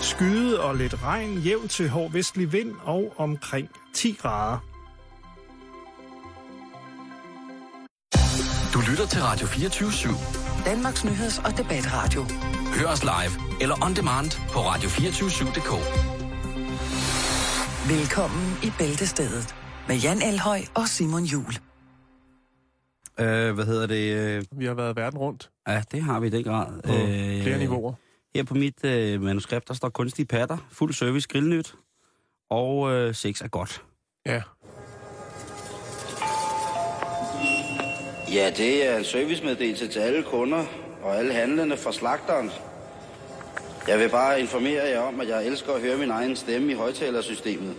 Skyde og lidt regn, jævn til hård vestlig vind og omkring 10 grader. Du lytter til Radio 24-7. Danmarks Nyheds- og Debatradio. Hør os live eller on demand på radio247.dk. Velkommen i Bæltestedet med Jan Elhøj og Simon Jul. Øh, hvad hedder det? Øh, Vi har været verden rundt ja, det har vi i den grad. på øh, flere niveauer. Her på mit øh, manuskript, der står kunstige patter, fuld service, grillnyt, og øh, sex er godt. Ja. Ja, det er en servicemeddelelse til alle kunder og alle handlende fra slagteren. Jeg vil bare informere jer om, at jeg elsker at høre min egen stemme i højtalersystemet.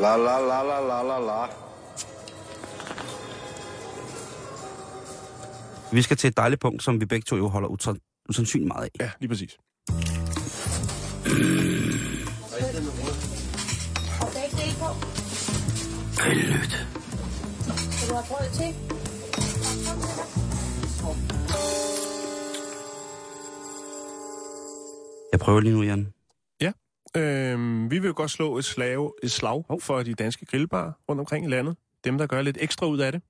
La la la la la la la. Vi skal til et dejligt punkt, som vi begge to jo holder utra- usandsynligt meget af. ja, lige præcis. Og begge dele på. Grillnyt. Vil du have brød til? Jeg prøver lige nu, Jan. Øhm, vi vil jo godt slå et, slag, et slag for de danske grillbar rundt omkring i landet. Dem, der gør lidt ekstra ud af det.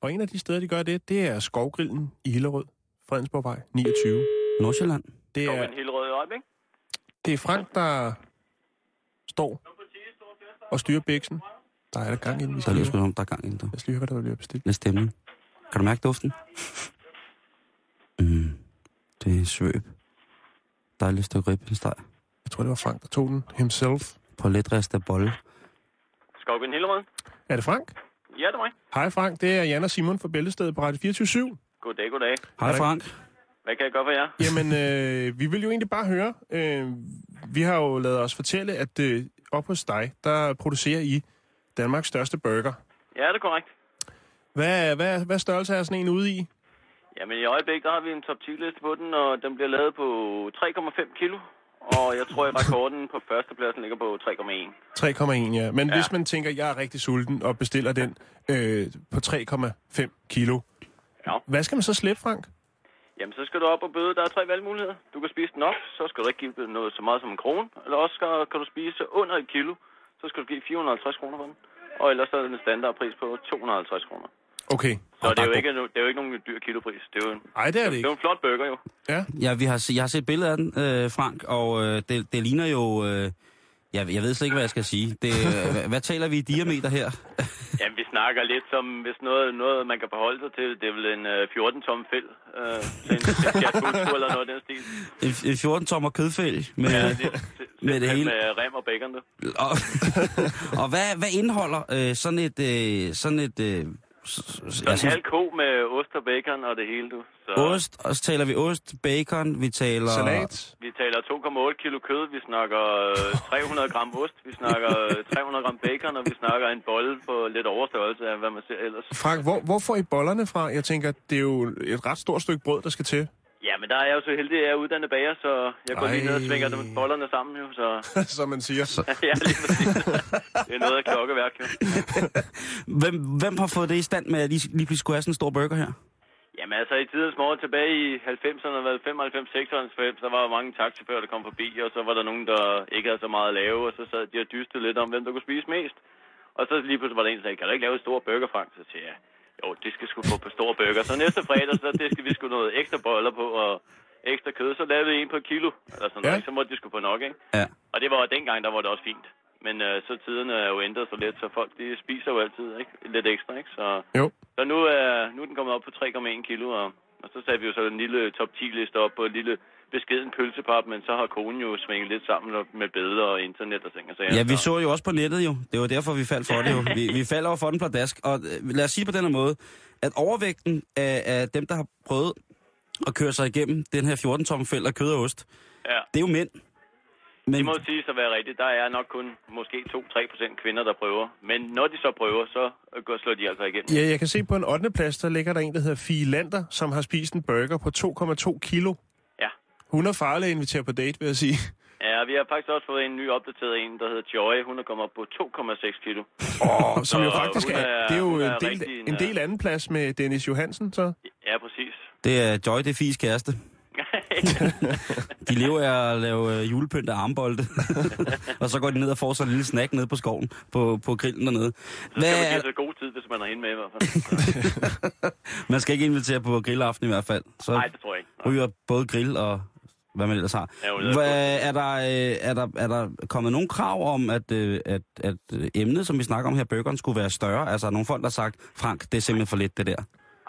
Og en af de steder, de gør det, det er Skovgrillen i Hillerød, Fredensborgvej 29. Nordsjælland. Det er, det er Frank, der står og styrer bæksen. Der er der gang inden vi Der skal lyder lige sgu som om, der er gang inden der. Lad os lige høre, hvad der bliver bestilt. Lidt stemning. Kan du mærke duften? Mm, det er svøb. Dejligt stykke ribbensteg. Jeg tror, det var Frank, der tog den himself. På letrest af bolle. Skovgrind Hillerød. Er det Frank? Ja, det er mig. Hej Frank, det er Jan og Simon fra Bæltestedet på Radio 24 Goddag, goddag. Hej Frank. Hvad kan jeg gøre for jer? Jamen, øh, vi vil jo egentlig bare høre. Øh, vi har jo lavet os fortælle, at øh, op hos dig, der producerer I Danmarks største burger. Ja, det er korrekt. Hvad, hvad, hvad størrelse er sådan en ude i? Jamen i øjeblikket, der har vi en top 10-liste på den, og den bliver lavet på 3,5 kilo. Og jeg tror, at rekorden på førstepladsen ligger på 3,1. 3,1, ja. Men ja. hvis man tænker, at jeg er rigtig sulten og bestiller den øh, på 3,5 kilo. Ja. Hvad skal man så slippe, Frank? Jamen, så skal du op og bøde. Der er tre valgmuligheder. Du kan spise den op, så skal du ikke give den noget så meget som en krone. Eller også skal, kan du spise under et kilo, så skal du give 450 kroner for den. Og ellers så er den en standardpris på 250 kroner. Okay. Så det er, jo ikke, no- det er jo ikke nogen dyr kilopris. Det er jo en, Ej, det er det det er jo ikke. en flot burger, jo. Ja. Ja, vi har, se- jeg har set billeder af den, øh, Frank, og øh, det, det ligner jo... Øh, jeg, jeg ved slet ikke, hvad jeg skal sige. Det, øh, hvad, hvad taler vi i diameter her? Jamen, vi snakker lidt som, hvis noget, noget man kan beholde sig til, det er vel en øh, 14-tom fæld. Øh, til en, til en Fiat eller noget af den stil. En, en 14-tommer kødfælg med... Ja, Ja, det, det, Med det hele. Med rem og bacon, det. og, og hvad, hvad indeholder øh, sådan et... Øh, sådan et øh, s- s- Sådan en altså, halv ko med ost og bacon og det hele, du. Så ost, og så taler vi ost, bacon, vi taler... Salat. vi taler 2,8 kilo kød, vi snakker øh, 300 gram ost, vi snakker øh, 300 gram bacon, og vi snakker en bolle på lidt overstørrelse af, hvad man ser ellers. Frank, hvor, hvor får I bollerne fra? Jeg tænker, det er jo et ret stort stykke brød, der skal til. Ja, men der er jeg jo så heldig, at jeg er uddannet bager, så jeg går lige Ej. ned og svinger dem- bollerne sammen, jo. Så som man siger. ja, lige præcis. Det er noget af klokkeværk, jo. Hvem, hvem har fået det i stand med, at lige, lige pludselig skulle have sådan en stor burger her? Jamen altså, i tidens morgen tilbage i 90'erne, hvad, 95, 96, der var jo mange taxifører, der kom forbi, og så var der nogen, der ikke havde så meget at lave, og så sad de og dystede lidt om, hvem der kunne spise mest. Og så lige pludselig var der en, der sagde, kan du ikke lave en stor burger, Frank? Så siger jeg, jo, det skal sgu få på store burger. Så næste fredag, så det skal vi sgu noget ekstra boller på, og ekstra kød, så lavede vi en på kilo, eller sådan noget, Ja. ikke? så måtte de sgu få nok, ikke? Ja. Og det var dengang, der var det også fint. Men øh, så tiderne er jo ændret sig lidt, så folk de spiser jo altid ikke? lidt ekstra, ikke? Så Jo. så nu er, nu er den kommet op på 3,1 kilo, og, og så satte vi jo så en lille top 10-liste op på en lille beskeden pølsepap, men så har konen jo svinget lidt sammen op med billeder og internet og ting og sager. Ja, vi så jo også på nettet jo. Det var derfor, vi faldt for det jo. Vi, vi faldt over for den pladask. Og øh, lad os sige på den her måde, at overvægten af, af dem, der har prøvet at køre sig igennem den her 14-tomme fælder af kød og ost, Ja. det er jo mænd. Det Men må sige så være rigtigt. Der er nok kun måske 2-3 procent kvinder, der prøver. Men når de så prøver, så øh, går, slår de altså igennem. Ja, jeg kan se på en 8. plads, der ligger der en, der hedder Fie Lander, som har spist en burger på 2,2 kilo. Ja. Hun er farlig at invitere på date, vil jeg sige. ja, vi har faktisk også fået en ny opdateret en, der hedder Joy. Hun er kommet op på 2,6 kilo. Oh, som jo så faktisk hun er, er- det er jo hun er en del, rigtig en, en del anden plads med Dennis Johansen, så. Ja, præcis. det er Joy, det er Fies kæreste. De lever af at lave øh, julepynt af armbolde. og så går de ned og får sig en lille snack nede på skoven, på, på grillen dernede. Så Hvad skal man er, give sig god tid, hvis man er hende med i hvert fald. man skal ikke invitere på grillaften i hvert fald. Så Nej, det tror jeg ikke. Nej. ryger både grill og hvad man ellers har. Ja, jo, det er Hvad, er, der, øh, er, der, er der kommet nogle krav om, at, øh, at, at øh, emnet, som vi snakker om her, burgeren, skulle være større? Altså, er der nogle folk, der har sagt, Frank, det er simpelthen for lidt, det der.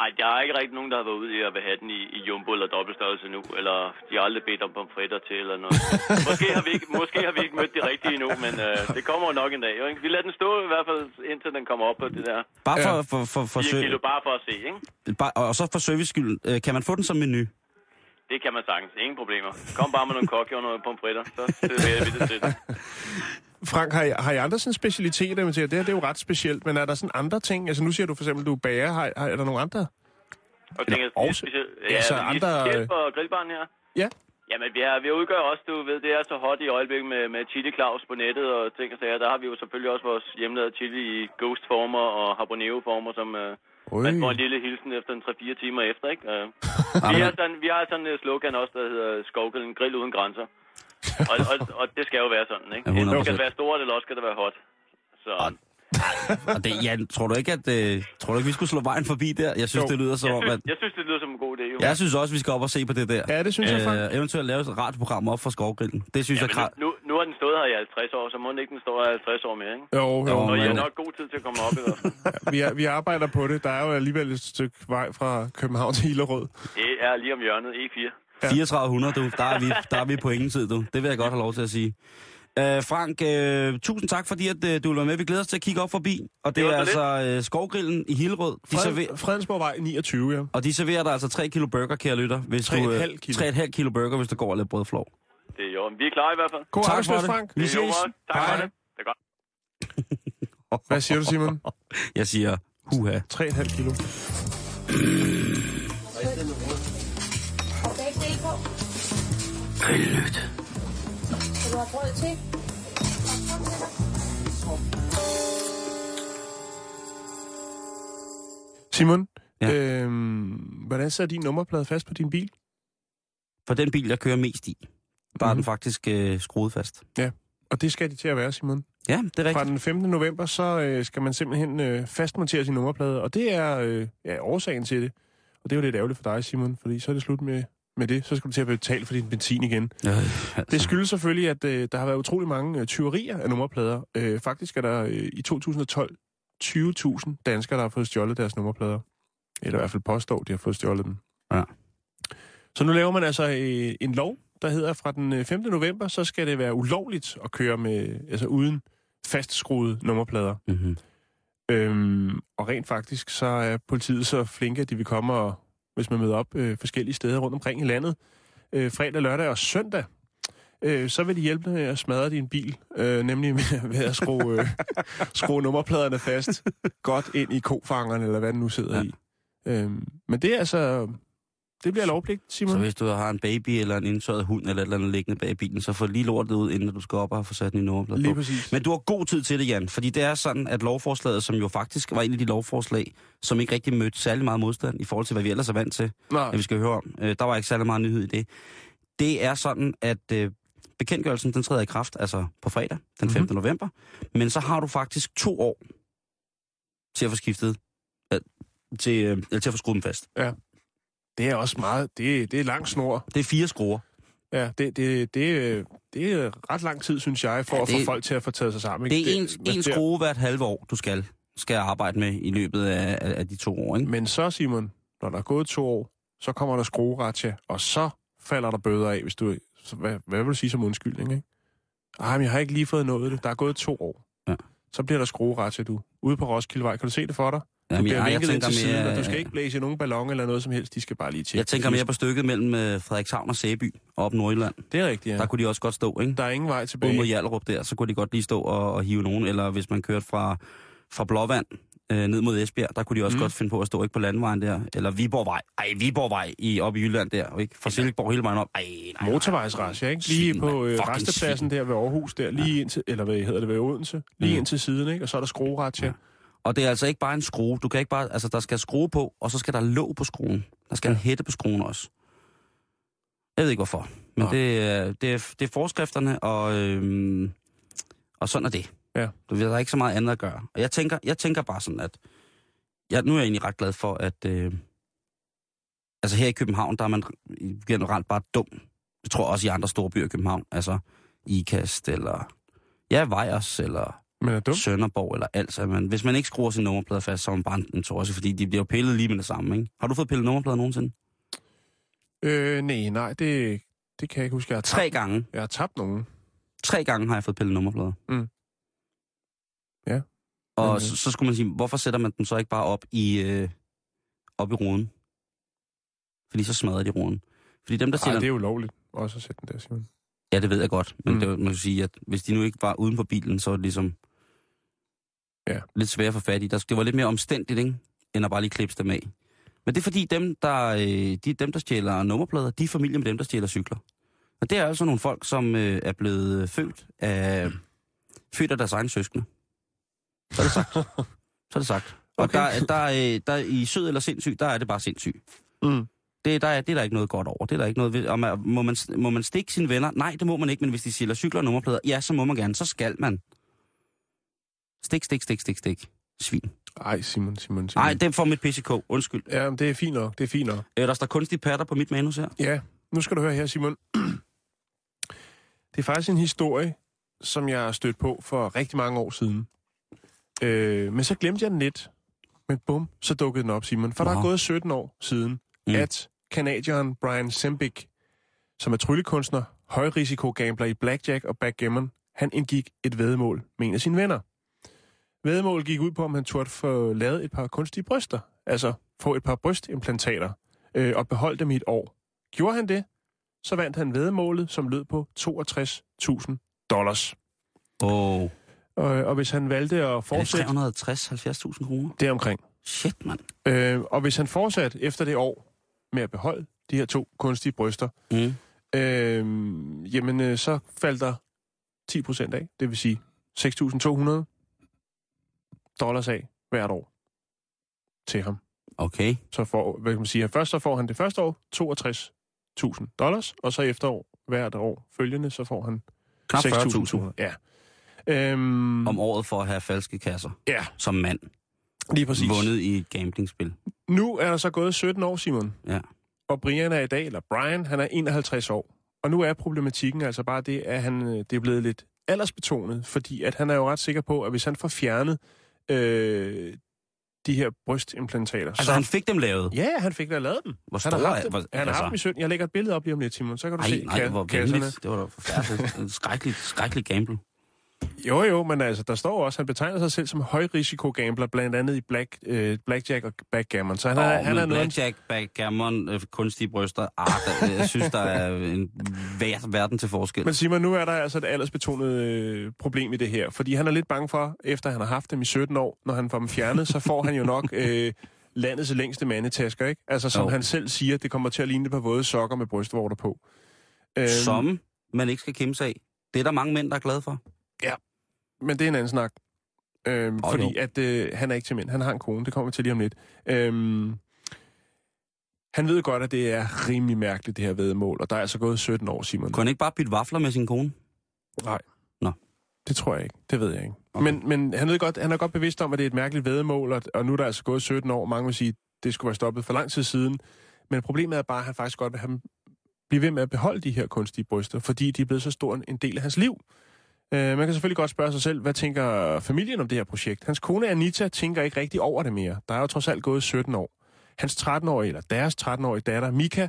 Ej, der er ikke rigtig nogen, der har været ude i at vil have den i, i jumbo eller dobbeltstørrelse nu, eller de har aldrig bedt om pomfritter til eller noget. Måske har vi ikke, måske har vi ikke mødt de rigtige endnu, men øh, det kommer jo nok en dag. Jo, ikke? Vi lader den stå i hvert fald, indtil den kommer op på det der Bare for, for, for, for, 4 kilo, for bare for at se, ikke? bare, og så for service skyld, øh, kan man få den som menu? Det kan man sagtens. Ingen problemer. Kom bare med nogle kokke og nogle pomfritter, så serverer vi det til dig. Frank, har I, har I andre sådan specialiteter? Jeg vil sige, Det her det er jo ret specielt, men er der sådan andre ting? Altså nu siger du for eksempel, du er bager. Har, har, er der nogle andre? Og tænker, Eller også, også- specielt, ja, altså altså andre... andre- Kæft og grillbarn her. Ja. Jamen, vi, er, vi udgør også, du ved, det er så hot i øjeblikket med, med chili Claus på nettet og ting og sager. Der har vi jo selvfølgelig også vores hjemmelavede chili i ghost-former og habanero-former, som øh, Oi. man får en lille hilsen efter en 3-4 timer efter, ikke? Øh. vi, har sådan, vi har sådan et slogan også, der hedder Skovgrillen, grill uden grænser. Og, og, og det skal jo være sådan, ikke? Ja, Enten 100%. skal det være stort, eller også skal det være hot. Så, Og det, ja, tror du ikke, at øh, tror du ikke, vi skulle slå vejen forbi der? Jeg synes, Jo. det lyder som jeg, om, synes, at... jeg synes, det lyder som en god idé, jo. Jeg synes også, vi skal op og se på det der. Ja, det synes jeg, Frank. øh, eventuelt lave et radioprogram op for skovgrillen. Det synes ja, jeg Men nu, klart. nu, nu har den stået her i 50 år, så må den ikke den står her i 50 år mere, ikke? Jo, Jo, jo. Og I har Men- nok god tid til at komme op i hvert fald. Vi, er, vi arbejder på det. Der er jo alligevel et stykke vej fra København til Hillerød. Det er lige om hjørnet, E E4. 3400, du. Der er, vi, der er vi på ingen tid, du. Det vil jeg godt have lov til at sige. Øh, Frank, øh, tusind tak, fordi at, øh, du ville være med. Vi glæder os til at kigge op forbi. Og det, Det var er så altså øh, Skovgrillen i Hillerød. De server, Fred, Fredensborgvej 29, ja. og de serverer dig altså 3 kilo burger, kære lytter. Hvis Tre du, øh, et halvt kilo. 3,5 kilo burger, hvis du går og laver brødflor. Det er jo. Vi er klar i hvert fald. God Tak for arbejdsløs, det. Frank. Vi Det er jo ses. godt. Tak for Hej. det. Det er godt. Hvad siger du, Simon? Jeg siger, huha. 3,5 kilo. Og begge dele på. Grillnyt. Vil du have brød til? Simon, Ja. ja. øhm, hvordan sidder din nummerplade fast på din bil? For den bil, jeg kører mest i, der Mhm. er den faktisk øh, skruet fast. Og det skal de til at være, Simon. Ja, det er rigtigt. Fra den 15. november, så øh, skal man simpelthen øh, fastmontere sin nummerplade, og det er øh, ja, årsagen til det. Og det er jo lidt ærgerligt for dig, Simon, fordi så er det slut med, med det. Så skal du til at betale for din benzin igen. Øh, altså. Det skyldes selvfølgelig, at øh, der har været utrolig mange øh, tyverier af nummerplader. Øh, faktisk er der øh, i 2012 20.000 danskere, der har fået stjålet deres nummerplader. Eller i hvert fald påstår, de har fået stjålet dem. Ja. Så nu laver man altså øh, en lov, der hedder, at fra den øh, 5. november, så skal det være ulovligt at køre med, altså uden fastskruede nummerplader. Mm-hmm. Øhm, og rent faktisk, så er politiet så flinke, at de vil komme, og, hvis man møder op øh, forskellige steder rundt omkring i landet, øh, fredag, lørdag og søndag, øh, så vil de hjælpe dig med at smadre din bil, øh, nemlig med, ved at skrue, øh, skrue nummerpladerne fast godt ind i kofangerne, eller hvad den nu sidder Ja. ja. i. Øhm, men det er altså... Det bliver lovpligt, Så Simon. hvis du har en baby eller en indsøget hund eller et eller andet liggende bag bilen, så få lige lortet ud, inden du skal op og få sat din nummerplade Lige på. præcis. Men du har god tid til det, Jan, fordi det er sådan, at lovforslaget, som jo faktisk var en af de lovforslag, som ikke rigtig mødte særlig meget modstand i forhold til, hvad vi ellers er vant til, Nej, at vi skal høre om. Øh, der var ikke særlig meget nyhed i det. Det er sådan, at øh, bekendtgørelsen den træder i kraft altså på fredag, den 15. Mhm. Mm-hmm. november, men så har du faktisk to år til at få skiftet, øh, til, øh, eller til at få skruet dem fast. det er også meget... Det, det er lang snor. Det er fire skruer. Ja, det, det, det, øh, det er ret lang tid, synes jeg, for Ja, ja, det, det- at få folk til at få taget sig sammen. ikke? Det er en, en det- skrue hvert halve år, du skal, skal arbejde med i løbet af, af, af de to år. Ikke? Men så, Simon, når der er gået to år, så kommer der skrueratja, og så falder der bøder af, hvis du... Så hvad, hvad vil du sige som undskyldning, ikke? Ej, men jeg har ikke lige fået nået det. Der er gået to år. Ja. Så bliver der skrueratja, du. Ude på Roskildevej, kan du se det for dig? Jamen, Du bliver jeg, jeg, vinket ind tænker til siden, mere, øh, og du skal ikke blæse i nogen ballon eller noget som helst. De skal bare lige tjekke. jeg tænker mere på stykket mellem øh, Frederikshavn og Sæby og op Nordjylland. Det er rigtigt, ja. Der kunne de også godt stå, ikke? Der er ingen vej Ude mod tilbage. Hjallerup der, så kunne de godt lige stå og, og hive nogen. Eller hvis man kørte fra, fra Blåvand øh, ned mod Esbjerg, der kunne de også mm. godt finde på at stå ikke på landvejen der. Eller Viborgvej. Ej, Viborgvej i, op i Jylland der, og ikke? Fra Silkeborg hele vejen op. Ej, nej. Motorvejsrace, ikke? Lige Svin, på mand. øh, Fucking restepladsen der ved Aarhus, der lige indtil, eller hvad hedder det, ved Odense, lige Mm. ind til siden, ikke? Og så er der skrueratja. Ja. Og det er altså ikke bare en skrue. Du kan ikke bare, altså der skal skrue på, og så skal der låg på skruen. Der skal en hætte på skruen også. Jeg ved ikke hvorfor. Men Nå. det, er- det, er, det er forskrifterne, og, øhm, og sådan er det. Ja. Du ved, der er ikke så meget andet at gøre. Og jeg tænker, jeg tænker bare sådan, at jeg, nu er jeg egentlig ret glad for, at øh, altså her i København, der er man generelt bare dum. Jeg tror også i andre store byer i København, altså Ikast eller ja, Vejers eller Men er dum? Sønderborg eller alt. Så man, hvis man ikke skruer sin nummerplade fast, så er man bare en torse, fordi de bliver jo pillet lige med det samme. Ikke? Har du fået pillet nummerplader nogensinde? Øh, nej, nej, det, det kan jeg ikke huske. Jeg har tabt, Tre gange. jeg har tabt nogen. Tre gange har jeg fået pillet nummerplader. Mm. Ja. Og Men, øh, så, så skulle man sige, hvorfor sætter man den så ikke bare op i, øh, op i roden? Fordi så smadrer de roden. Fordi dem, der Nej, sætter... det er jo lovligt også at sætte den der, Simon. Ja, det ved jeg godt. Men Mm. mm. det, var- man kan sige, at hvis de nu ikke var uden på bilen, så var det ligesom Ja. lidt svært at få fat i. Der, det var lidt mere omstændigt, ikke? end at bare lige klippe dem af. Men det er fordi, dem der, øh, de, dem, der stjæler nummerplader, de er familie med dem, der stjæler cykler. Og det er altså nogle folk, som øh, er blevet øh, født af, født af deres egne søskende. Så er det sagt. så er det sagt. Og Okay. der, der, øh, der, i sød eller sindssyg, der er det bare sindssyg. Mm. Det, der er, det er der ikke noget godt over. Det er der ikke noget ved. Og man, må, man, må man stikke sine venner? Nej, det må man ikke, men hvis de sælger cykler og nummerplader, ja, så må man gerne. Så skal man. Stik, stik, stik, stik, stik. Svin. Ej, Simon, Simon, Simon. Nej, det får mit PCK. Undskyld. Ja, men det er fint nok, det er fint nok. Øh, der står kunstige patter på mit manus her. Ja, nu skal du høre her, Simon. Det er faktisk en historie, som jeg har stødt på for rigtig mange år siden. Øh, men så glemte jeg den lidt. Men bum, så dukkede den op, Simon. For der er Nå. gået 17 år siden, Mm. mm. at kanadieren Brian Sembik, som er tryllekunstner, højrisikogambler i blackjack og backgammon, han indgik et vedmål med en af sine venner. Vedmålet gik ud på, om han turde få lavet et par kunstige bryster, altså få et par brystimplantater, øh, og beholde dem i et år. Gjorde han det, så vandt han vedmålet, som lød på 62.000 dollars. Åh. Oh. Og, øh, og hvis han valgte at Er det fortsætte 360 70000 kroner? deromkring, Shit, mand. øh, og hvis han fortsatte efter det år med at beholde de her to kunstige bryster, Mm. øh, jamen øh, så faldt der 10 procent af, det vil sige 6.200 dollars af hvert år til ham. Okay. Så får, hvad kan man sige, først så får han det første år 62.000 dollars, og så efterår hvert år følgende, så får han Knap 40.000 6.200. Ja. Øhm, om året for at have falske kasser Ja, som mand. lige præcis. Altså, Vundet i et gamblingspil. Nu er der så gået 17 år, Simon. Ja. Og Brian er i dag, eller Brian, han er 51 år. Og nu er problematikken altså bare det, at han, øh, det er blevet lidt aldersbetonet, fordi at han er jo ret sikker på, at hvis han får fjernet øh, de her brystimplantater, Altså, han fik dem lavet. Ja, han fik da lavet dem. Hvor Han har store haft er- dem, hvor- han har altså- haft dem i 17. Jeg lægger et billede op lige om lidt, Simon, så kan du Ej, se nej, ka- hvor kasserne. venligt. Det var da forfærdeligt. En skrækkelig, skrækkelig gamble. Jo, jo, men altså, der står også, han betegner sig selv som højrisikogambler, blandt andet i black, øh, blackjack og backgammon. Så han, Åh, er, han er men noget... af en- blackjack, backgammon, øh, kunstige bryster, ah, der, øh, jeg synes, der er en ver- verden til forskel. Men Simon, nu er der altså et aldersbetonet øh, problem i det her, fordi han er lidt bange for, efter han har haft dem i 17 år, når han får dem fjernet, så får han jo nok øh, landets længste mandetasker, ikke? Altså, som Jo. han selv siger, det kommer til at ligne et par våde sokker med brystvorter på. Øhm, Som man ikke skal kæmpe sig af. Det er der mange mænd, der er glade for. Men det er en anden snak. Øhm, Åh, oh, fordi jo. at øh, han er ikke til mænd. Han har en kone. Det kommer vi til lige om lidt. Øhm, han ved godt, at det er rimelig mærkeligt, det her vedmål. Og der er altså gået 17 år, Simon. Kunne han ikke bare bytte vafler med sin kone? Nej. Nå. Det tror jeg ikke. Det ved jeg ikke. Okay. Men, men han, ved godt, han er godt bevidst om, at det er et mærkeligt vedmål, og, og nu er der altså gået 17 år. Mange vil sige, at det skulle være stoppet for lang tid siden. Men problemet er bare, at han faktisk godt vil have dem, blive ved med at beholde de her kunstige bryster, fordi de er blevet så stor en- en del af hans liv. Øh, man kan selvfølgelig godt spørge sig selv, hvad tænker familien om det her projekt? Hans kone Anita tænker ikke rigtig over det mere. Der er jo trods alt gået 17 år. Hans 13-årige, eller deres 13-årige datter, Mika,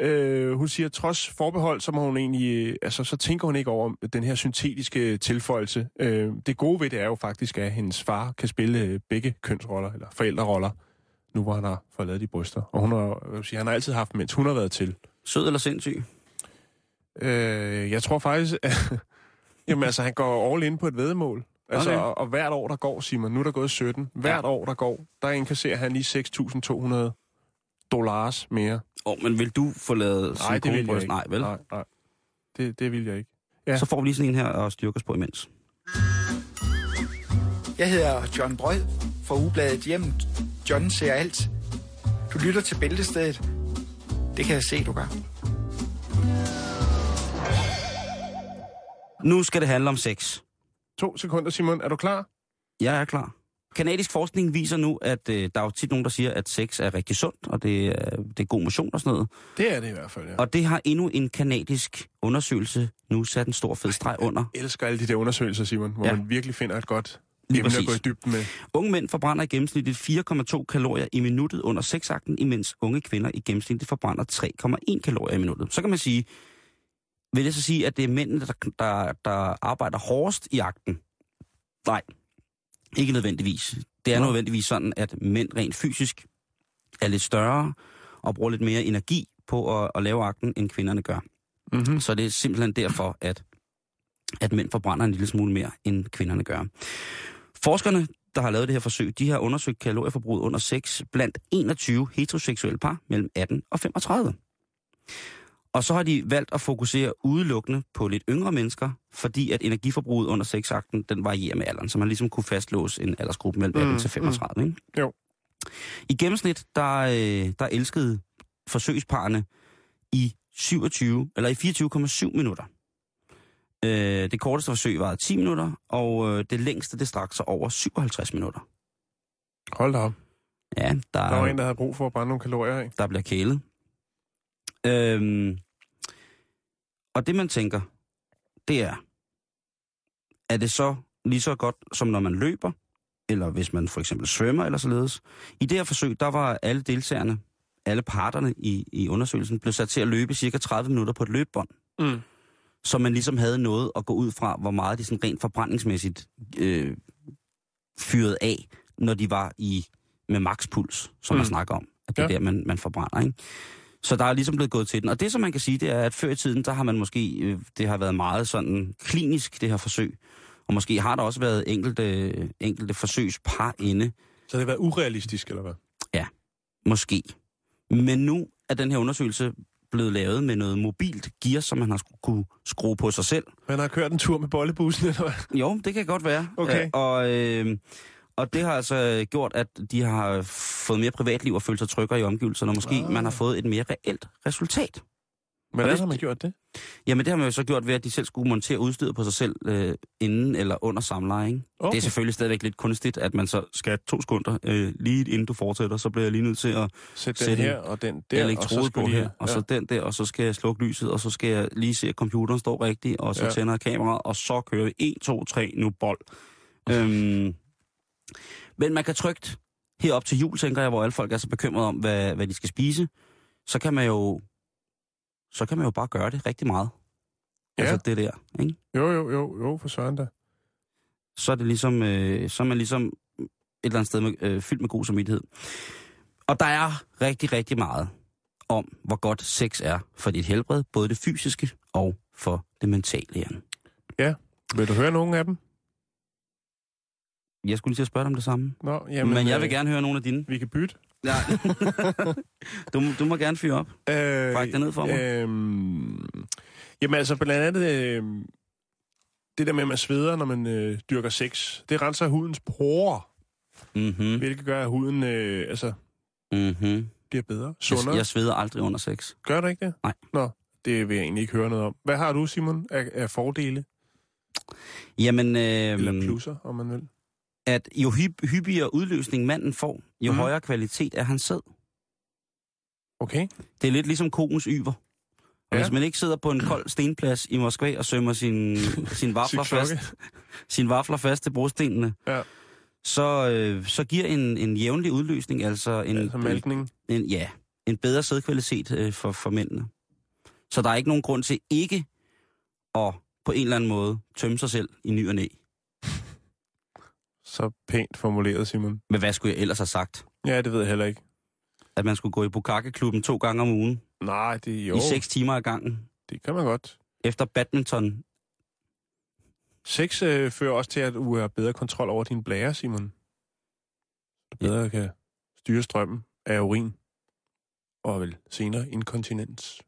Øh, hun siger, at trods forbehold, så, må hun egentlig, øh, altså, så tænker hun ikke over den her syntetiske tilføjelse. Øh, det gode ved det er jo faktisk, at hendes far kan spille øh, begge kønsroller, eller forældreroller, nu hvor han har fået lavet de bryster. Og hun har, jeg vil sige, han har altid haft dem, mens hun har været til. Sød eller sindssyg? Øh, jeg tror faktisk, at, jamen, altså, han går all in på et vedmål. Altså, Okay. okay. og, og, hvert år, der går, Simon, nu er der gået 17, hvert ja. år, der går, der indkasserer han lige 6.200 dollars mere. Åh, oh, men vil du få lavet sin Nej, det kone vil jeg bryst? ikke. Nej, vel? Nej, nej. Det, det vil jeg ikke. Ja. Ja. Så får vi lige sådan en her og styrker os på imens. Jeg hedder John Brød fra Ugebladet Hjem. John ser alt. Du lytter til Bæltestedet. Det kan jeg se, du gør. Nu skal det handle om sex. To sekunder, Simon. Er du klar? Jeg er klar. Kanadisk forskning viser nu, at øh, der er jo tit nogen, der siger, at sex er rigtig sundt, og det, er, det er god motion og sådan noget. Det er det i hvert fald, ja. Og det har endnu en kanadisk undersøgelse nu sat en stor fed streg under. Jeg elsker alle de der undersøgelser, Simon, hvor Ja. ja. man virkelig finder et godt Lige emne at gå i præcis. dybden med. Unge mænd forbrænder i gennemsnitligt 4,2 kalorier i minuttet under sexakten, imens unge kvinder i gennemsnitligt forbrænder 3,1 kalorier i minuttet. Så kan man sige, vil det så sige, at det er mændene, der, der, der arbejder hårdest i akten? Nej, ikke nødvendigvis. Det er nødvendigvis sådan, at mænd rent fysisk er lidt større og bruger lidt mere energi på at, at lave akten, end kvinderne gør. Mm-hmm. Så det er simpelthen derfor, at, at mænd forbrænder en lille smule mere, end kvinderne gør. Forskerne, der har lavet det her forsøg, de har undersøgt kalorieforbruget under sex blandt 21 heteroseksuelle par mellem 18 og 35. Og så har de valgt at fokusere udelukkende på lidt yngre mennesker, fordi at energiforbruget under sexakten, den varierer med alderen, så man ligesom kunne fastlåse en aldersgruppe mellem 18 Mm, til 35, ikke? Jo. I gennemsnit, der, øh, der elskede forsøgsparerne i 27, eller i 24,7 minutter. Øh, det korteste forsøg varede 10 minutter, og øh, det længste, det strakte sig over 57 minutter. Hold da op. Ja, der, Der var er, en, der havde brug for at brænde nogle kalorier af. der bliver kælet. Øhm, og det, man tænker, det er, er det så lige så godt, som når man løber, eller hvis man for eksempel svømmer eller således. I det her forsøg, der var alle deltagerne, alle parterne i, i undersøgelsen, blev sat til at løbe cirka 30 minutter på et løbebånd. Mm. så man ligesom havde noget at gå ud fra, hvor meget de sådan rent forbrændingsmæssigt øh, fyrede af, når de var i med makspuls, som mm. man Mm. snakker om. At det er Ja. der, man, man forbrænder, ikke? Så der er ligesom blevet gået til den. Og det, som man kan sige, det er, at før i tiden, der har man måske, øh, det har været meget sådan klinisk, det her forsøg. Og måske har der også været enkelte, enkelte forsøgspar inde, Så det har været urealistisk, eller hvad? Måske. Men nu er den her undersøgelse blevet lavet med noget mobilt gear, som man har sku- kunne skrue på sig selv. Man har kørt en tur med bollebussen, eller hvad? Jo, det kan godt være. Okay. Øh, og, øh, og det har altså gjort, at de har fået mere privatliv og følt sig tryggere i omgivelserne, og måske Ah. man har fået et mere reelt resultat. Hvordan det- har man gjort det? Jamen det har man jo så gjort ved, at de selv skulle montere udstyret på sig selv øh, inden eller under samleje. Ikke? Okay. Okay. Det er selvfølgelig stadigvæk lidt kunstigt, at man så skal to sekunder øh, lige inden du fortsætter, så bliver jeg lige nødt til at Sæt den sætte her, og den der, der, og så elektrode skal på vi her, her. og så ja. den der, og så skal jeg slukke lyset, og så skal jeg lige se, at computeren står rigtigt, og så ja. Ja. tænder jeg kameraet, og så kører vi 1, 2, 3, nu bold. øhm, men man kan trygt, herop til jul, tænker jeg, hvor alle folk er så bekymrede om, hvad, hvad de skal spise, så kan man jo så kan man jo bare gøre det rigtig meget. Ja. Ja. Altså det der, ikke? Jo, jo, jo, jo, for søren da. så er det ligesom, øh, så er man ligesom et eller andet sted med, øh, fyldt med god samvittighed. Og der er rigtig, rigtig meget om, hvor godt sex er for dit helbred, både det fysiske og for det mentale, Jan. Vil du høre nogen af dem? Jeg skulle lige til at spørge dig om det samme, Nå, Jamen, jamen, men jeg øh, vil gerne høre nogle af dine. Vi kan bytte. Ja. du, må- du må gerne fyre op. Øh, Bræk det ned for mig. Øhm, jamen altså, blandt andet øh, det der med, at man sveder, når man øh, dyrker sex, det renser hudens porer, øh, Mm-hmm. hvilket gør, at huden øh, altså, Mm-hmm. bliver bedre, sundere. Jeg, jeg sveder aldrig under sex. Gør du ikke det? Nej. Nå, det vil jeg egentlig ikke høre noget om. Hvad har du, Simon, af, af fordele Jamen, eller øh, plusser, om man vil? at jo hypp- hyppigere udløsning manden får, jo Mhm. højere kvalitet er hans sæd. Okay. Det er lidt ligesom kogens yver. Og ja. Ja. hvis man ikke sidder på en kold stenplads i Moskva og sømmer sin, sin vafler Sit klokke. fast, sin vafler fast til brostenene, Ja. så, øh, så giver en, en jævnlig udløsning, altså en, Altså malkning. en, ja, en bedre sædkvalitet øh, for, for mændene. Så der er ikke nogen grund til ikke at på en eller anden måde tømme sig selv i ny og næ. Så pænt formuleret, Simon. Men hvad skulle jeg ellers have sagt? Ja, det ved jeg heller ikke. At man skulle gå i bukakkeklubben to gange om ugen, Nej, det er jo. jo... i seks timer ad gangen, Det kan man godt. efter badminton. Sex øh, fører også til, at du har bedre kontrol over din blære, Simon. Du bedre kan styre strømmen af urin. Og vel senere inkontinens.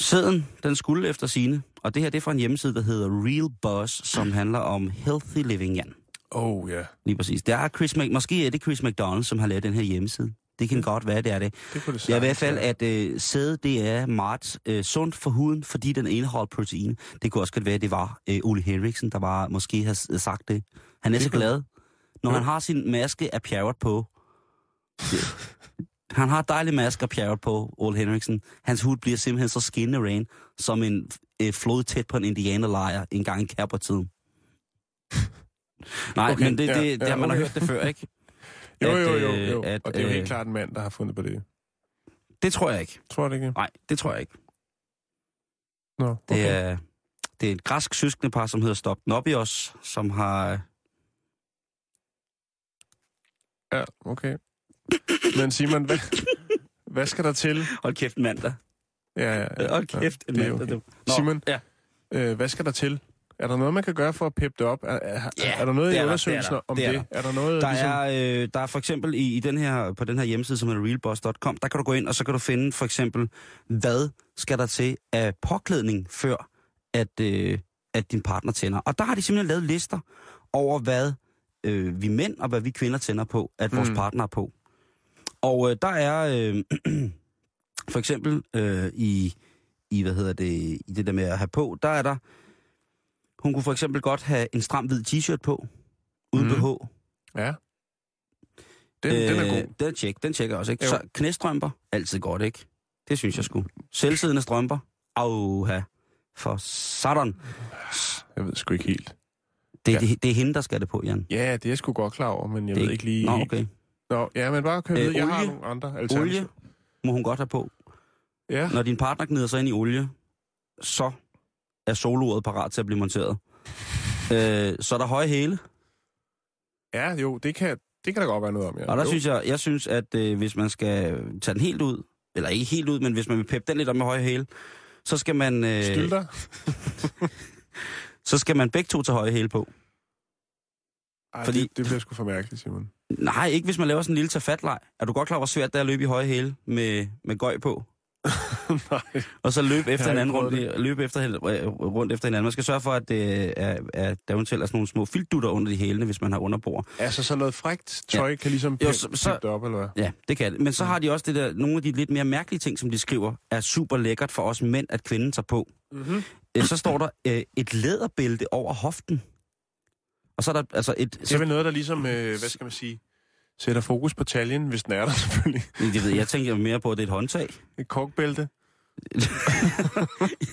Sæden, den skulle efter sine, og det her det er fra en hjemmeside, der hedder Real Buzz, som handler om healthy living, Jan. Oh ja. Lige præcis. Der er Chris Mc... Måske er det Chris McDonald, som har lavet den her hjemmeside. Det kan godt være, det er det. Det kunne det Ja, i sagtens hvert fald, at øh, sæde, det er meget øh, sundt for huden, fordi den indeholder protein. Det kunne også godt være, at det var øh, Ole Henriksen, der var, måske har s- sagt det. Han er så glad, når han har sin maske af pjerret på. Han har dejlig maske af pjerret på, Ole Henriksen. Hans hud bliver simpelthen så skinnende ren, som en øh, flod tæt på en indianerlejr en gang i kærpertiden. Nej, Okay, men det, det, ja, det, det ja, har man okay. hørt det før, ikke? Jo, at, jo, jo. øh, jo. at, og det er jo helt øh, klart en mand, der har fundet på det. Det tror jeg ikke. Tror du ikke? Nej, det tror jeg ikke. Nå, Det, okay. er, det er et græsk søskende par, som hedder Stop Nobios, som har... Ja, okay. Men Simon, hvad, hvad skal der til? Hold kæft, en mandag. Ja, ja, ja. Hold kæft, en det er mandag. okay. du. Simon? Ja. Øh, hvad skal der til? Er der noget, man kan gøre for at peppe det op? Er, er, Ja, er der noget det er i der, undersøgelsen det er der, om det er det? Er der noget, ligesom- Der er, øh, der er for eksempel i, i den her, på den her hjemmeside, som hedder realboss.com, der kan du gå ind, og så kan du finde for eksempel, hvad skal der til af påklædning, før at, øh, at din partner tænder. Og der har de simpelthen lavet lister over, hvad øh, vi mænd og hvad vi kvinder tænder på, at vores Mm. partner er på. Og øh, der er øh, for eksempel øh, i, i, hvad hedder det, i det der med at have på, der er der, hun kunne for eksempel godt have en stram hvid t-shirt på, uden Mm. mm. BH. Ja. Den, øh, den er god. Den, tjek, den tjekker jeg også, ikke? Jo. Jo. Så knæstrømper, altid godt, ikke? Det synes jeg sgu. Selvsiddende strømper, auha, for sådan. Jeg ved sgu ikke helt. Det, Ja. ja. det, det er hende, der skal have det på, Jan. Ja, det er jeg sgu godt klar over, men jeg det ved er ikke lige... Nå, okay. Nå, ja, men bare kør Øh, videre. jeg har olie? nogle andre Olie alternativer. må hun godt have på. Ja, Når din partner gnider sig ind i olie, så er soloordet parat til at blive monteret. Øh, så er der høje hæle, ja, jo, det kan, det kan der godt være noget om, ja. og der Jo. synes jeg, jeg synes, at øh, hvis man skal tage den helt ud, eller ikke helt ud, men hvis man vil peppe den lidt op med høje hæle, så skal man, øh, Skylder? så skal man begge to tage høje hæle på. Ej, fordi... fordi- det, det bliver sgu for mærkeligt, Simon. Nej, ikke hvis man laver sådan en lille tafatleg. Er du godt klar, over, hvor svært det er at løbe i høje hæle med, med gøj på? Nej. Og så løbe efter har ikke hinanden rundt, prøvet i- løbe efter, øh, rundt efter hinanden. Man skal sørge for, at, det øh, er, at der eventuelt er sådan nogle små filtdutter under de hælene, hvis man har underbord. Altså, så noget frækt tøj ja. kan ligesom Jo, pæ- så- så, så- det op, eller hvad? Ja, det kan det. Men så har de også det der, nogle af de lidt mere mærkelige ting, som de skriver, er super lækkert for os mænd, at kvinden tager på. Mm-hmm. Øh, Så står der øh, et læderbælte over hoften. Og så er der altså et... Det er Så, vel noget, der ligesom, øh, hvad skal man sige, sætter fokus på taljen, hvis den er der selvfølgelig. jeg, ved, jeg tænker mere på, at det er et håndtag. Et kokbælte.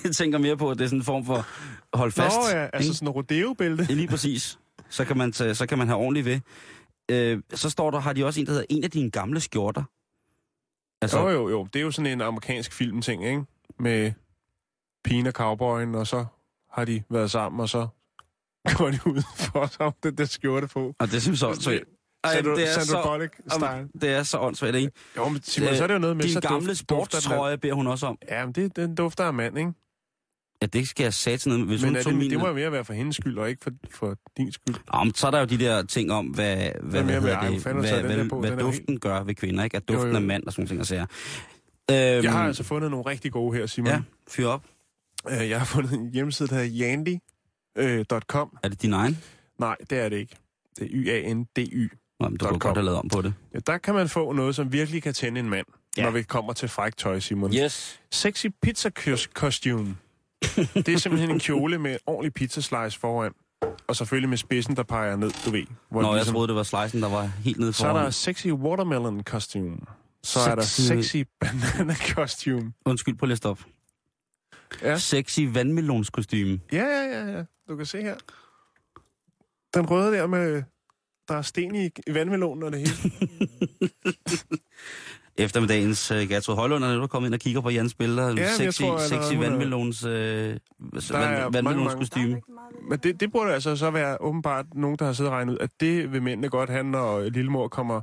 Jeg tænker mere på, at det er sådan en form for hold fast. Nå ja, altså ikke? sådan en rodeo-bælte. Ja, Lige præcis. Så kan man, tage, så kan man have ordentligt ved. Øh, så står der, har de også en, der hedder en af dine gamle skjorter. Altså, Jo, jo, jo. Det er jo sådan en amerikansk filmting, ikke? Med pigen og cowboyen, og så har de været sammen, og så går de ud for os om det der skjorte på. og det er simpelthen så... så ej, Sandra, det er så- Sandra Bullock-style. Om, det er så åndssvagt, ikke? Jo, men Simon, så er det jo noget med, Din så gamle duft- dufter den af- sportstrøje beder hun også om. Ja, men det, den dufter af mand, ikke? Ja, det skal jeg satse ned. Hvis Men hun er tog det, min... det må jo mere være for hendes skyld, og ikke for, for din skyld. Nå, men så er der jo de der ting om, hvad, hvad, hvad, mere hvad, med, ej, hvad, hvor det, fanden hvad, har du taget den hvad, der på? Den hvad er jo duften gør ved kvinder, ikke? At Jo, duften jo. er mand og sådan nogle ting, og sager. Øhm, Jeg har altså fundet nogle rigtig gode her, Simon. Ja, fyr op. Øh, Jeg har fundet en hjemmeside, der hedder yandy.com. Er det din egen? Nej, det er det ikke. Det er Y-A-N-D-Y. Nå, men du kunne .com. godt have lavet om på det. Ja, der kan man få noget, som virkelig kan tænde en mand, ja. Ja. når vi kommer til frækt tøj, Simon. Yes. Sexy pizza costume. det er simpelthen en kjole med en ordentlig pizzaslice foran. Og selvfølgelig med spidsen, der peger ned, du ved. Hvor Nå, det ligesom- jeg troede, det var slicen, der var helt nede Så er foran. der sexy watermelon costume. Så er der sexy banana costume. Undskyld på liste op. Ja. Ja. Sexy vandmelonskostyme. Ja, ja, ja, ja. Du kan se her. Den røde der med... Der er sten i, i vandmelonen og det hele. Eftermiddagens uh, Gertrud Højlund er nu kommet ind og kigger på Jans billeder. men jeg Ja, sexy, tror tror, allerede, sexy hun er- vandmelons, uh, mange, mange- vand, vandmelonskostyme. Men det, det burde altså så være åbenbart nogen, der har siddet og regnet ud, at det vil mændene godt have, når øh, lillemor kommer.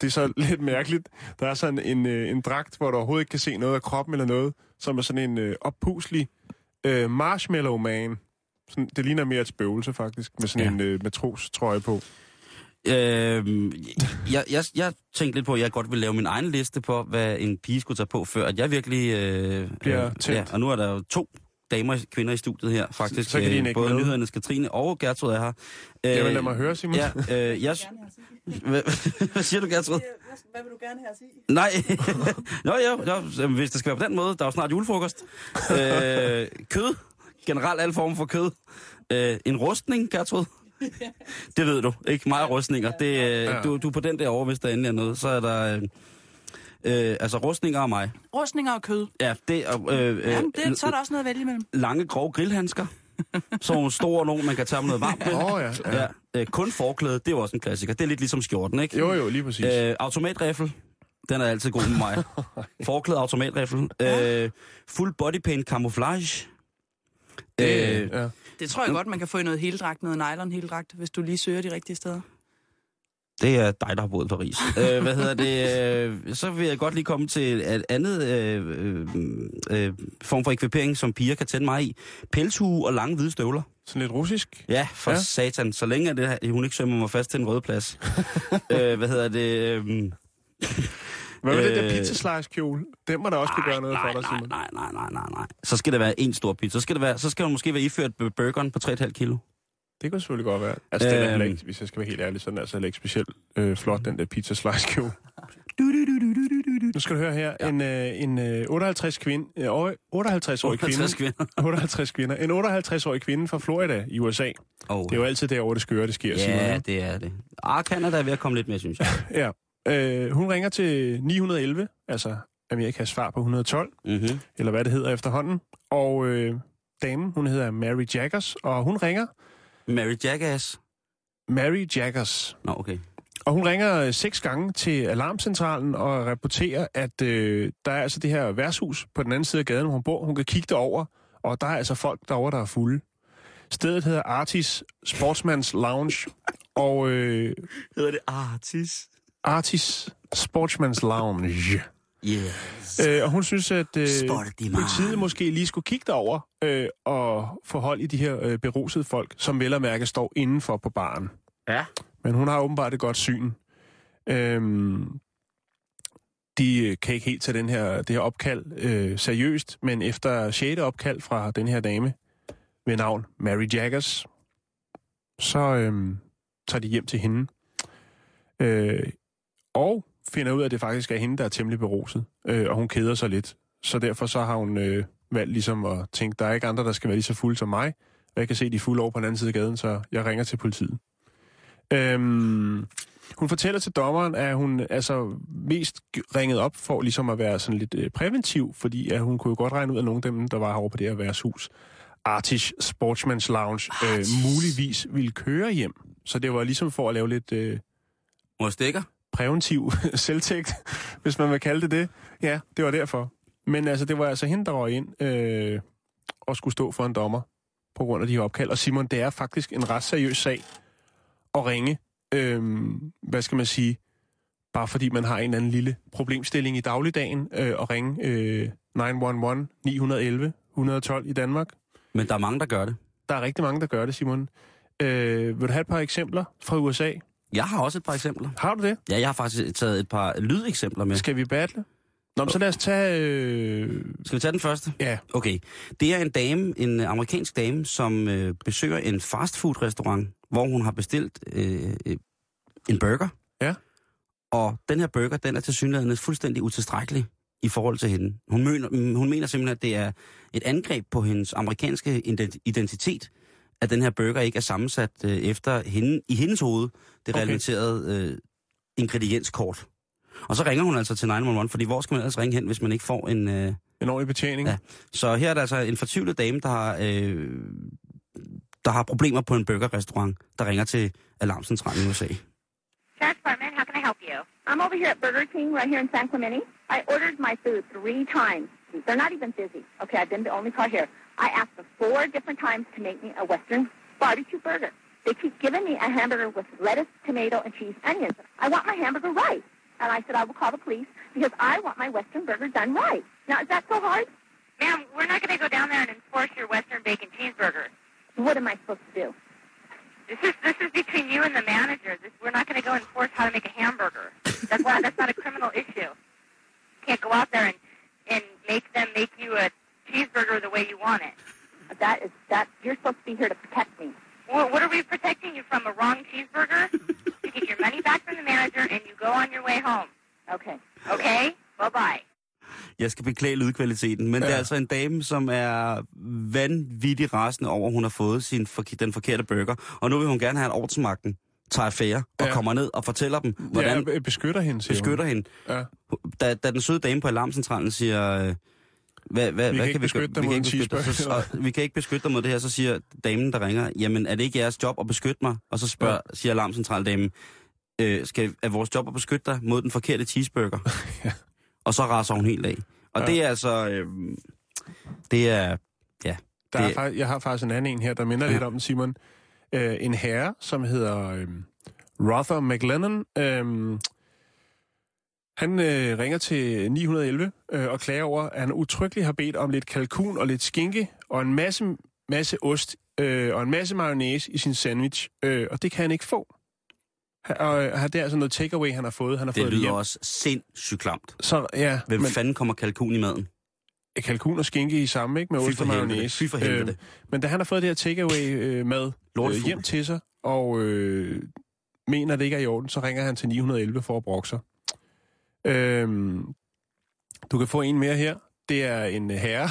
Det er så lidt mærkeligt. Der er sådan en, øh, en dragt, hvor du overhovedet ikke kan se noget af kroppen eller noget, som er sådan en øh, oppuslig øh, marshmallow man. Sådan, det ligner mere et spøgelse faktisk, med sådan ja. Ja. Øh, en øh, matros trøje på. Øhm, jeg, jeg, jeg tænkte lidt på, at jeg godt ville lave min egen liste på, hvad en pige skulle tage på, før at jeg virkelig... Øh, Bliver øh, tændt. og nu er der jo to, damer og kvinder i studiet her, faktisk. så kan de Øh, ikke Både med. nyhedernes Katrine og Gertrud er her. Øh, Jamen, lad mig høre, Simon. Ja, øh, jeg... Hvad, hvad siger du, Gertrud? Hvad vil du gerne have at sige? Nej. Nå ja, ja, hvis det skal være på den måde, der er jo snart julefrokost. Øh, kød. Generelt alle former for kød. Øh, en rustning, Gertrud. Det ved du, ikke? Meget rustninger. Det, øh, du, du er på den der over, hvis der endelig er noget. Så er der... Øh, øh, altså rustninger og mig. Rustninger og kød. Ja, det er... Øh, øh, Jamen, det, så er der også noget at vælge imellem. Lange, grove grillhandsker. Sådan nogle store nogen, man kan tage med noget varmt. med. Åh, ja, ja. ja. Øh, kun forklæde, det er jo også en klassiker. Det er lidt ligesom skjorten, ikke? Jo, jo, lige præcis. Øh, automatrifle. Den er altid god med mig. Forklæde automatrifle. Øh, full body paint camouflage. Øh, ja. Det tror jeg godt, man kan få i noget heldragt, noget nylon heldragt, hvis du lige søger de rigtige steder. det er dig, der har boet i Paris. øh, hvad hedder det? Øh, så vil jeg godt lige komme til et andet øh, øh, øh, form for ekvipering, som piger kan tænde mig i. Pelshue og lange hvide støvler. Sådan lidt russisk. Ja, for ja. Ja. satan. Så længe er det her, hun ikke sømmer mig fast til en rød plads. øh, hvad hedder det? Øh, Hvad med øh, den Øh, Ah, der pizzaslejskjole? Den må da også kunne gøre noget for dig, Simon. Nej, nej, nej, nej, nej. Så skal det være en stor pizza. Så skal, det være, så skal hun måske være iført b- burgeren på 3,5 kilo. Det kunne selvfølgelig godt være. Altså, den er heller Øhm. ikke, hvis jeg skal være helt ærlig, så er den altså heller ikke specielt øh, flot, den der pizzaslejskjole. Nu skal du høre her. Ja. En, øh, en øh, 58 kvinde, øh, 58-årig kvinde, 50 kvinder. 58 kvinder, en 58-årig kvinde fra Florida i USA. Det Oh. er jo altid derovre, det skøre, det sker. Simon, Ja, det er det. Ah, Canada er ved at komme lidt med, synes jeg. Ja. Øh, hun ringer til 911, altså Amerikas svar på 112, Mm-hmm. eller hvad det hedder efterhånden. Og øh, damen, hun hedder Mary Jaggers, og hun ringer Mary Jackass. Mary Jaggers. Nå, okay. Og hun ringer øh, seks gange til alarmcentralen og rapporterer, at øh, der er altså det her værtshus på den anden side af gaden, hvor hun bor. Hun kan kigge derover, og der er altså folk derover, der er fulde. Stedet hedder Artis Sportsman's Lounge, og øh, Hedder det artist? Artis Sportsman's Lounge. Yes. Øh, og hun synes, at øh, Sporty man. politiet måske lige skulle kigge derover øh, og få hold i de her øh, berusede folk, som vel og mærke står indenfor på baren. Ja. Men hun har åbenbart et godt syn. Øhm, de øh, kan ikke helt tage den her, det her opkald øh, seriøst, men efter 6. opkald fra den her dame ved navn Mary Jaggers, så øhm, tager de hjem til hende. Øh, og finder ud af, at det faktisk er hende, der er temmelig beruset, øh, og hun keder sig lidt. Så derfor så har hun øh, valgt ligesom at tænke, der er ikke andre, der skal være lige så fulde som mig, og jeg kan se, de er fulde over på den anden side af gaden, så jeg ringer til politiet. Øhm, hun fortæller til dommeren, at hun altså mest g- ringet op for ligesom at være sådan lidt øh, præventiv, fordi at hun kunne jo godt regne ud af nogle af dem, der var herovre på det her værtshus. Artish Sportsman's Lounge øh, muligvis ville køre hjem. Så det var ligesom for at lave lidt... Øh, Mor stikker? præventiv selvtægt, hvis man vil kalde det det. Ja, det var derfor. Men altså, det var altså hende, der røg ind øh, og skulle stå for en dommer på grund af de her opkald. Og Simon, det er faktisk en ret seriøs sag at ringe, øh, hvad skal man sige, bare fordi man har en eller anden lille problemstilling i dagligdagen, øh, og ringe øh, 911 911 112 i Danmark. Men der er mange, der gør det. Der er rigtig mange, der gør det, Simon. Øh, vil du have et par eksempler fra USA? Jeg har også et par eksempler. Har du det? Ja, jeg har faktisk taget et par lydeksempler med. Skal vi battle? Nå, men så lad os tage... Øh... Skal vi tage den første? Ja, Okay. Det er en dame, en øh, amerikansk dame, som øh, besøger en fastfood-restaurant, hvor hun har bestilt øh, øh, en burger. Ja. Og den her burger, den er til synligheden fuldstændig utilstrækkelig i forhold til hende. Hun mener, mm, hun mener simpelthen, at det er et angreb på hendes amerikanske ident- identitet, at den her burger ikke er sammensat øh, efter hende, i hendes hoved, det Okay. relaterede øh, ingredienskort. Og så ringer hun altså til 911, fordi hvor skal man ellers ringe hen, hvis man ikke får en... Øh, en ordentlig betjening. Ja. Ja. så her er der altså en fortvivlet dame, der har, øh, der har problemer på en burgerrestaurant, der ringer til alarmcentralen i USA. Jack Furman, how can I help you? I'm over here at Burger King right here in San Clemente. I ordered my food three times. They're not even busy. Okay, I've been the only car here. I asked them four different times to make me a Western barbecue burger. They keep giving me a hamburger with lettuce, tomato, and cheese, onions. I want my hamburger right. And I said I will call the police because I want my Western burger done right. Now, is that so hard? Ma'am, we're not going to go down there and enforce your Western bacon cheeseburger. What am I supposed to do? This is this is between you and the manager. This, we're not going to go enforce how to make a hamburger. That's why that's not a criminal issue. Can't go out there and and make them make you a cheeseburger the way you want it. That is that you're supposed to be here to protect me. Well, what are we protecting you from? A wrong cheeseburger? you get your money back from the manager, and you go on your way home. Okay. Okay? Bye-bye. Jeg skal beklage lydkvaliteten, men ja. det er altså en dame, som er vanvittig rasende over, at hun har fået sin, forke- den forkerte burger. Og nu vil hun gerne have en ordensmagten tager affære og ja. kommer ned og fortæller dem, hvordan Ja, jeg øh, beskytter hende, siger hun. beskytter hende. Ja. Da, da den søde dame på alarmcentralen siger, øh, hvad, hvad, Vi kan hvad ikke kan vi beskytte gøre? dig Vi mod kan, en ikke beskytte dig. Så, cheeseburger. og, vi kan ikke beskytte dig mod det her. Så siger damen, der ringer, jamen er det ikke jeres job at beskytte mig? Og så spørger, ja. siger alarmcentraldamen, øh, skal, er vores job at beskytte dig mod den forkerte cheeseburger? Ja. Og så raser hun helt af. Og Ja. ja. det er altså, øh, det er, ja. Der er det, faktisk, jeg har faktisk en anden en her, der minder ja. lidt om den, Simon. Øh, en herre, som hedder øh, Rother McLennan. Øh, han øh, ringer til 911 øh, og klager over, at han utryggeligt har bedt om lidt kalkun og lidt skinke og en masse, masse ost øh, og en masse mayonnaise i sin sandwich. Øh, og det kan han ikke få. Han, og, øh, det er altså noget takeaway, han har fået. Han har det fået lyder hjem. også sindssygt klamt. Så, ja, Hvem men- men, fanden kommer kalkun i maden? kalkun og skinke i samme, ikke? Med Fy ost og for helvede. mayonnaise. Øhm, Fy for helvede. men da han har fået det her takeaway øh, mad øh, Lortefugl. hjem til sig, og øh, mener, det ikke er i orden, så ringer han til 911 for at brokke sig. Øhm, du kan få en mere her. Det er en øh, herre,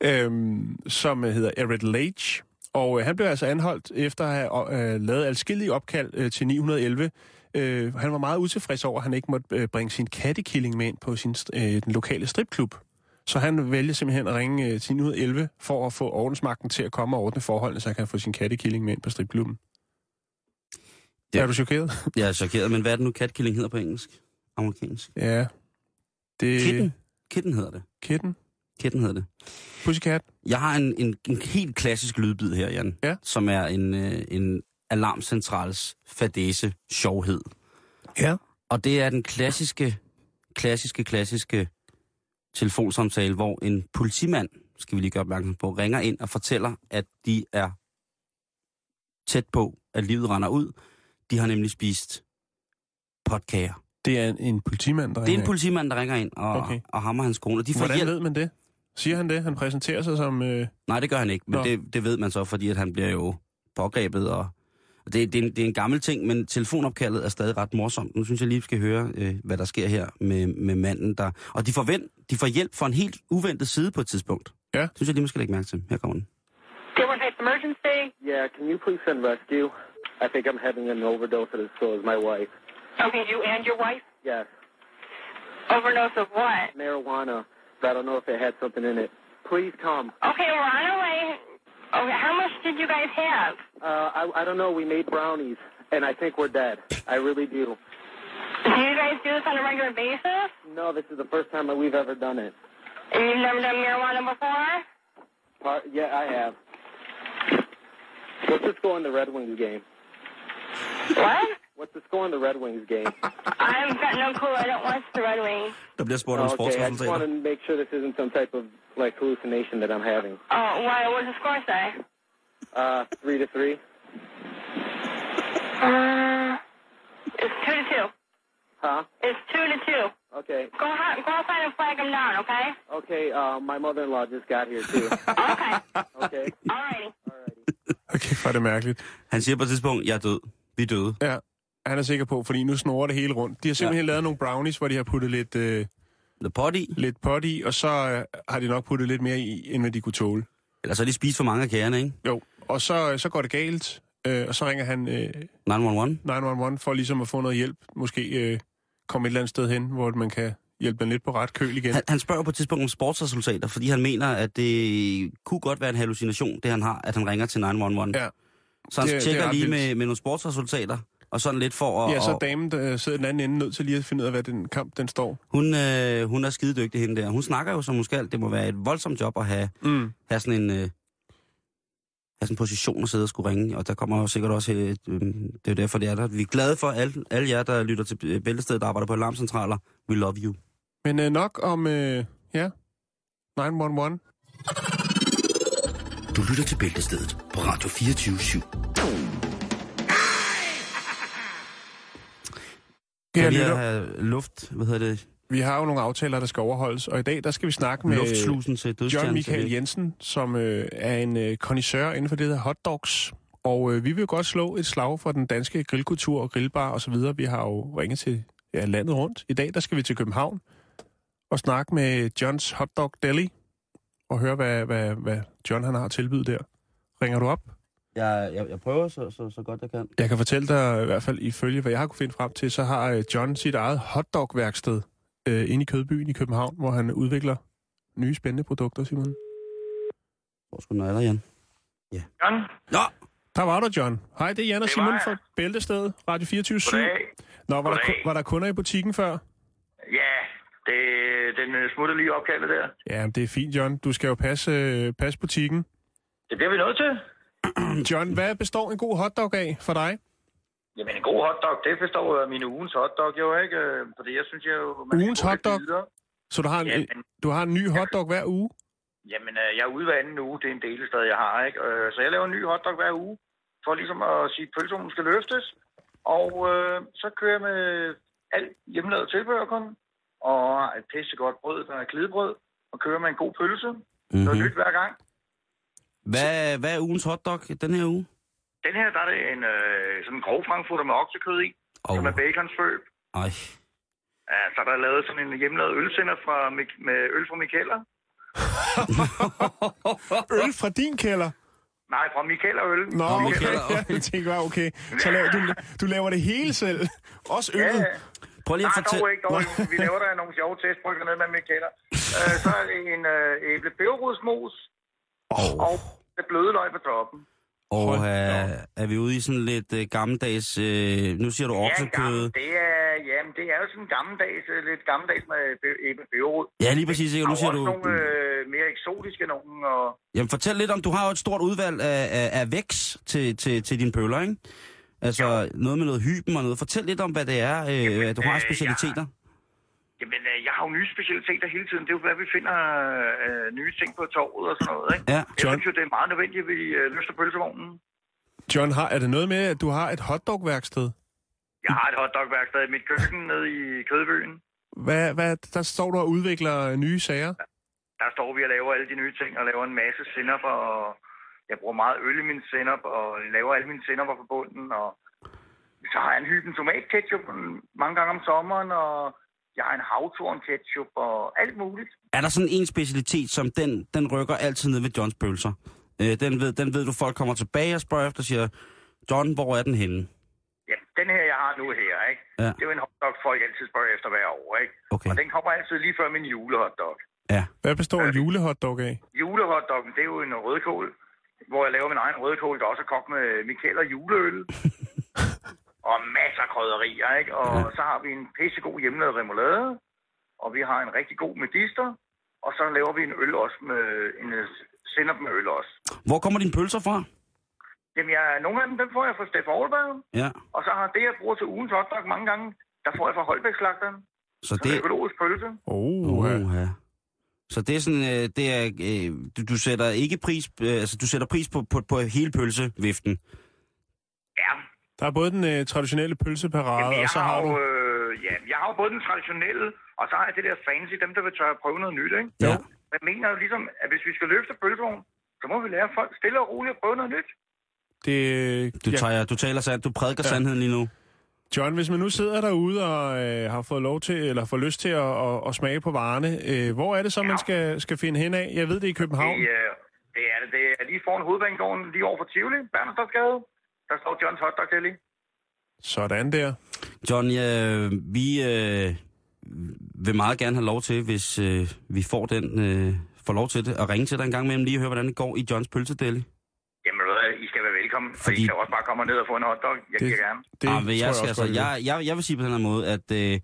øhm, som øh, hedder Eric Lage. Og øh, han blev altså anholdt efter at have øh, lavet adskillige opkald øh, til 911. Øh, han var meget utilfreds over, at han ikke måtte øh, bringe sin kattekilling med ind på sin, st- øh, den lokale stripklub. Så han vælger simpelthen at ringe øh, til 911 for at få ordensmagten til at komme og ordne forholdene, så han kan få sin kattekilling med ind på stripklubben. Ja. Ja. Er du chokeret? Jeg er chokeret, men hvad er det nu katkilling hedder på engelsk? Amerikansk. Ja. Det... Kitten. Kitten hedder det. Kitten. Kitten hedder det. Pussycat. Jeg har en, en, en helt klassisk lydbid her, Jan, Ja. som er en, øh, en alarmcentrals fadese sjovhed. Ja. Og det er den klassiske, klassiske, klassiske telefonsamtale, hvor en politimand, skal vi lige gøre opmærksom på, ringer ind og fortæller, at de er tæt på, at livet render ud. De har nemlig spist potkager. Det er en, en politimand, der Det er ringer. en politimand, der ringer ind og, Okay. okay. og hammer hans kone. og De får Hvordan hjælp. ved man det? Siger han det? Han præsenterer sig som... Øh, Nej, det gør han ikke, Nå. men det, det ved man så, fordi at han bliver jo pågrebet. Og, og det, det, er en, det er en gammel ting, men telefonopkaldet er stadig ret morsomt. Nu synes jeg lige, vi skal høre, øh, hvad der sker her med, med manden. Der, og de får, vent, de får hjælp fra en helt uventet side på et tidspunkt. Ja. Synes jeg lige, man skal lægge mærke til. Her kommer den. Dillon Heights Emergency. Yeah, can you please send rescue? I think I'm having an overdose at as so is my wife. Okay, you and your wife? Yes, Overdose of what? marijuana, but I don't know if it had something in it. Please come. Okay, we're on our way. Okay, how much did you guys have? Uh, I, I don't know, we made brownies, and I think we're dead. I really do. Do you guys do this on a regular basis? No, this is the first time that we've ever done it. And you've never done marijuana before? Par- yeah, I have. What's the score in the Red Wings game? What? What's the score in the Red Wings game? I've got no clue. I don't watch the Red Wings. Der bliver spurgt om Oh, okay, I just want sportsresultater. to make sure this isn't some type of like hallucination that I'm having. Oh, why? What does the score say? Uh, three to three. Uh, it's two to two. Huh? It's two to two. Okay. Go outside, go outside and flag them down, okay? Okay, uh, my mother-in-law just got here too. Okay. Okay. Alrighty. okay, for det mærkeligt. Han siger på et tidspunkt, jeg er død. Vi er døde. Ja, han er sikker på, fordi nu snorer det hele rundt. De har simpelthen ja. lavet nogle brownies, hvor de har puttet lidt, øh, The potty. lidt pot i, og så øh, har de nok puttet lidt mere i, end hvad de kunne tåle. Eller så har de spist for mange af kagerne, ikke? Jo, og så, øh, så går det galt, øh, og så ringer han øh, 911. 911 for ligesom at få noget hjælp. Måske øh, komme et eller andet sted hen, hvor man kan hjælpe dem lidt på ret køl igen. Han, han spørger på et tidspunkt om sportsresultater, fordi han mener, at det kunne godt være en hallucination, det han har, at han ringer til 911. Ja. Så han det, Det er- det tjekker er ret det lige vildt. med, med nogle sportsresultater, og sådan lidt for at... Ja, så er og- damen, der sidder i den anden ende, nødt til lige at finde ud af, hvad den kamp, den står. hun, øh, hun er skidedygtig, hende der. Hun snakker jo, som hun skal. Det må være et voldsomt job at have, Mm. have sådan en... Øh, have sådan en position at sidde og skulle ringe, og der kommer jo sikkert også... Øh, øh, det er jo derfor, det er der. Vi er glade for alle, alle jer, der lytter til øh, Bæltestedet, der arbejder på alarmcentraler. We love you. Men øh, nok om, øh, ja, 911. Du lytter til Bæltestedet på Radio 24 7. Kære Kan vi lytter, have luft, hvad hedder det, Vi har jo nogle aftaler, der skal overholdes, og i dag der skal vi snakke med Luftslusen til dødstjernen John til Michael det. Jensen, som øh, er en øh, connoisseur inden for det der hotdogs. Og øh, vi vil jo godt slå et slag for den danske grillkultur og grillbar osv. Vi har jo ringet til ja, landet rundt. I dag der skal vi til København og snakke med Johns Hotdog Deli og høre, hvad, hvad, hvad John han har at tilbyde der. Ringer du op? Jeg, jeg, jeg prøver så, så, så godt jeg kan. Jeg kan fortælle dig i hvert fald ifølge, hvad jeg har kunne finde frem til, så har øh, John sit eget hotdog-værksted øh, inde i Kødbyen i København, hvor han udvikler nye spændende produkter, Simon. Hvor skulle nøgler, Jan? John? Nå! Der var du, John. Hej, det er Jan og Det Simon var jeg. fra Bæltestedet, Radio 24 7 Goddag. Nå, var der, Goddag. ku- var der kunder i butikken før? Ja, det, den øh, smutter lige opkaldet der. Ja, det er fint, John. Du skal jo passe, øh, passe butikken. Det bliver vi nødt til. John, hvad består en god hotdog af for dig? Jamen, en god hotdog, det forstår jeg af min ugens hotdog, jo ikke? Øh, Fordi jeg synes, jeg jo... man Ugens skal gå lidt hotdog? videre. Så du har en, Ja, øh, du har en ny hotdog hver uge? Jamen, øh, jeg er ude hver anden uge, det er en delestad, jeg har, ikke? Øh, Så jeg laver en ny hotdog hver uge, for ligesom at sige, at pølsehornen skal løftes. Og øh, så kører jeg med alt hjemmelavet tilbehør kun, og har et pissegodt brød, der er glidebrød, og kører med en god pølse. Mm-hmm. Noget nyt hver gang. Mhm. Hvad, hvad er ugens hotdog den her uge? Den her, der er det en øh, sådan en grov frankfurter med oksekød i, oh. som er baconsvøb. Ej. Ja, så er der lavet sådan en hjemmelavet ølsender fra, Mik- med øl fra Mikeller. Øl fra din kælder? Nej, fra Mikeller Øl. Nå, okay. Ja, jeg tænker bare, okay. Så laver, du, du laver det hele selv. Også Ja, øllet. ja. Nej, dog ikke, dog ikke. Vi laver der nogle sjove testbrygger ned med Mikaeler. Øh, så er det en øh, æble peberrodsmos oh. og det bløde løg på toppen. Og øh, er vi ude i sådan lidt øh, gammeldags... Øh, nu siger du oksekød. Det er, jamen, det er jo sådan en gammeldags, øh, lidt gammeldags med be- æble peberrod. Ja, lige præcis, ikke? Og Nu siger også du- nogle øh, mere eksotiske nogen, og Jamen fortæl lidt om, du har jo et stort udvalg af, af, af væks til, til, til dine pøller, ikke? Altså noget med noget hyben og noget. Fortæl lidt om, hvad det er, øh, at du har øh, specialiteter. Jamen, øh, jeg har jo nye specialiteter hele tiden. Det er jo, hvad vi finder øh, nye ting på torvet og sådan noget, ikke? Ja. Jeg synes jo, det er meget nødvendigt, at vi øh, løfter pølsevognen. John, har, er det noget med, at du har et hotdog-værksted? Jeg har et hotdogværksted i mit køkken nede i Kødbyen. Hvad, hvad, der står du og udvikler nye sager. der står vi og laver alle de nye ting, og laver en masse sennep, og jeg bruger meget øl i min sennep, og laver alle mine senneper på bunden, og så har jeg en hyben tomatketchup mange gange om sommeren, og jeg har en havtorn ketchup og alt muligt. Er der sådan en specialitet, som den, den rykker altid ned ved Johns pølser? Øh, den, ved, den ved du, folk kommer tilbage og spørger efter og siger, John, hvor er den henne? Ja, den her, jeg har nu her, ikke? Ja. Det er jo en hotdog, folk altid spørger efter hver år, ikke? Okay. Og den kommer altid lige før min julehotdog. Hvad består en julehotdog af? Julehotdoggen, det er jo en rødkål, hvor jeg laver min egen rødkål, der også er kogt med Michael og juleøl. og masser af krydderier, ikke? Og ja. så har vi en pissegod hjemmelavet remoulade, og vi har en rigtig god medister, og så laver vi en øl også med en øh, sennep med øl også. Hvor kommer dine pølser fra? Jamen, jeg, nogle af dem, dem får jeg fra Steffen Aarberg, Ja, og så har det, jeg bruger til ugens hotdog mange gange, der får jeg fra Holbæk-slagteren. så Det er det... økologisk pølse. Oh, Oha. Så det er sådan, øh, det er, øh, du, du sætter ikke pris, øh, altså du sætter pris på, på, på hele pølseviften. Der er både den øh, traditionelle pølseparade, Jamen, og jeg så har jo, du... Øh, ja, jeg har jo både den traditionelle, og så har jeg det der fancy, dem der vil tør prøve noget nyt, ikke? Ja. Jeg mener jo ligesom, at hvis vi skal løfte pølsevognen, så må vi lære folk stille og roligt at prøve noget nyt. Det, Du, tager, du taler sandt, du prædiker ja. sandheden lige nu. John, hvis man nu sidder derude og øh, har fået lov til, eller får lyst til at, at, at smage på varerne, øh, hvor er det så, man skal, skal finde hen af? Jeg ved, det er i København. Det, øh, det er det. Det er lige foran hovedbanegården, lige over for Tivoli, Bernerstorpsgade. Der står Johns Hotdog Deli. Sådan der. John, øh, vi øh, vil meget gerne have lov til, hvis øh, vi får den, øh, får lov til det, at ringe til dig en gang imellem lige og høre, hvordan det går i Johns pølsedeli. Jamen, ved I, I skal være velkommen. Fordi... Og I kan også bare komme ned og få en hotdog. Jeg giver gerne. Det ah, men jeg, skal, altså, jeg, jeg, jeg vil sige på den her måde, at øh,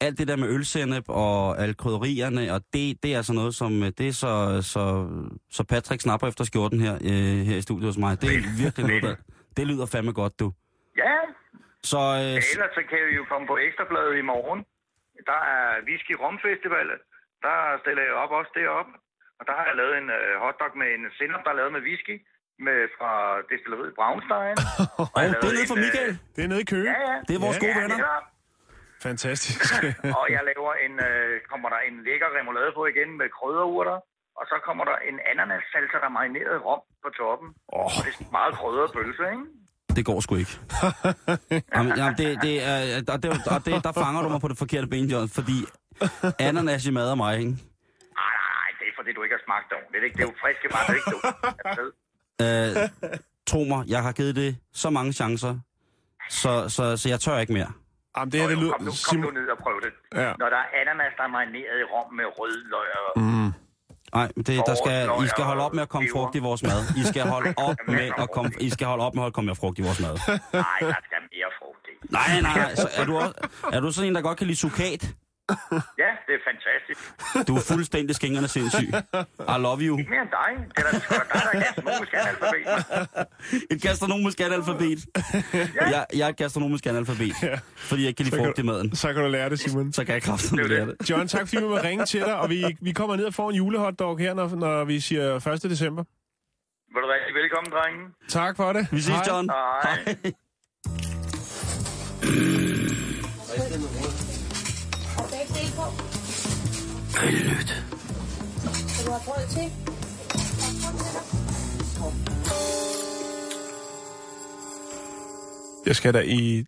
alt det der med ølsennep og alle krydderierne, og det, det er altså noget, som øh, det er så, så, så Patrick snapper efter skjorten her, øh, her i studiet hos mig. Det er virkelig noget, der, det lyder fandme godt, du. Ja, Så øh, s- Ellers så kan vi jo komme på Ekstrabladet i morgen. Der er Whisky Rum Festival. Der stiller jeg op også deroppe. Og der har jeg lavet en øh, hotdog med en sennep, der er lavet med whisky. Med, fra destilleriet Braunstein. Og jeg lavede en, øh, Det er nede i Køge. Ja, ja. Det er vores gode ja, venner. netop. Fantastisk. og jeg laver en, øh, kommer der en lækker remoulade på igen med krydderurter, og så kommer der en ananassalsa, der er marineret i rom på toppen. Oh. Og det er meget krydret pølse, ikke? Det går sgu ikke. jamen, jamen, det, det er, og, det, og det, der fanger du mig på det forkerte ben, John, fordi ananas i mad er mig, ikke? Nej, nej, nej, det er fordi, du ikke har smagt det ordentligt. Ikke? Det er jo friske bare, det er ikke dumt. Altså, Øh, tro mig, jeg har givet det så mange chancer, så, så, så jeg tør ikke mere. Jamen, det Nå, jo, kom, nu, kom nu ned og prøv det. Ja. Ja. Når der er ananas, der er marineret i rom med rødløg og Mm. Nej, det, der skal, Forårsløg I skal holde op med at komme og frugt i vores mad. I skal holde op med at komme, I skal holde op med at komme mere frugt i vores mad. Nej, der skal mere frugt i. Nej, nej, nej. Så er, du også, er du sådan en, der godt kan lide sukat? Ja, det er fantastisk. Du er fuldstændig skængerne sindssyg. I love you. Ikke mere end dig. Det er da sgu da dig, der er gastronomisk analfabet. Et gastronomisk analfabet. Jeg, jeg er et gastronomisk analfabet, fordi jeg ikke kan lide Så kan frugt i maden. Så kan du lære det, Simon. Så kan jeg kraftedeme lære det. John, tak fordi vi må ringe til dig, og vi, vi kommer ned og får en julehotdog her, når, når vi siger 1. december. Vil du være velkommen, drenge? Tak for det. Vi ses, Hej. John. Hej. Vellyt. Skal du have brød til? Jeg skal da i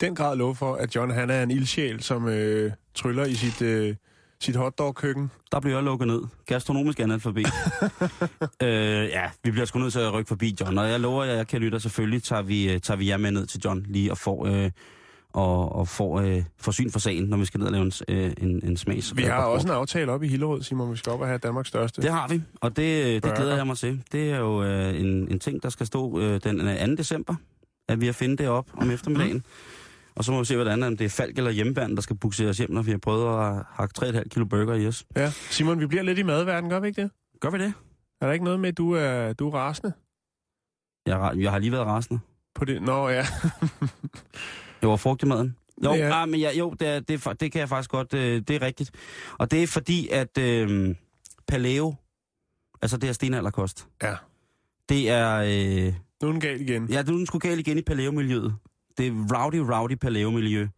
den grad love for, at John han er en ildsjæl, som øh, tryller i sit, øh, sit hotdog-køkken. Der bliver jeg lukket ned. Gastronomisk analfabet. øh, ja, vi bliver sgu nødt til at rykke forbi John, og jeg lover jer, jeg kan lytte, selvfølgelig tager vi, øh, tager vi jer med ned til John lige og får... Øh, og, og får, øh, får syn for sagen, når vi skal ned og lave en, s- øh, en, en smags. Vi har også en aftale op i Hillerød, Simon, vi skal op og have Danmarks største. Det har vi, og det, øh, det Burger. glæder jeg mig til. Det er jo øh, en, en ting, der skal stå øh, den 2. december, at vi har fundet det op om eftermiddagen. Og så må vi se, hvordan om det er Falk eller hjemmebanden, der skal bukse os hjem, når vi har prøvet at hakke 3,5 kilo burger i os. Ja. Simon, vi bliver lidt i madverden, gør vi ikke det? Gør vi det? Er der ikke noget med, at du er, du er rasende? Jeg, har- jeg har lige været rasende. På det? Nå, ja. Det var frugt i maden. Jo, Ja. ja. ah, men ja, jo det, er, det, er fa- det kan jeg faktisk godt, øh, det er rigtigt. Og det er fordi, at øh, paleo, altså det her stenalderkost, ja. det er... Øh, nu er den galt igen. Ja, nu er den sgu galt igen i paleo-miljøet. Det er rowdy, rowdy paleo-miljø.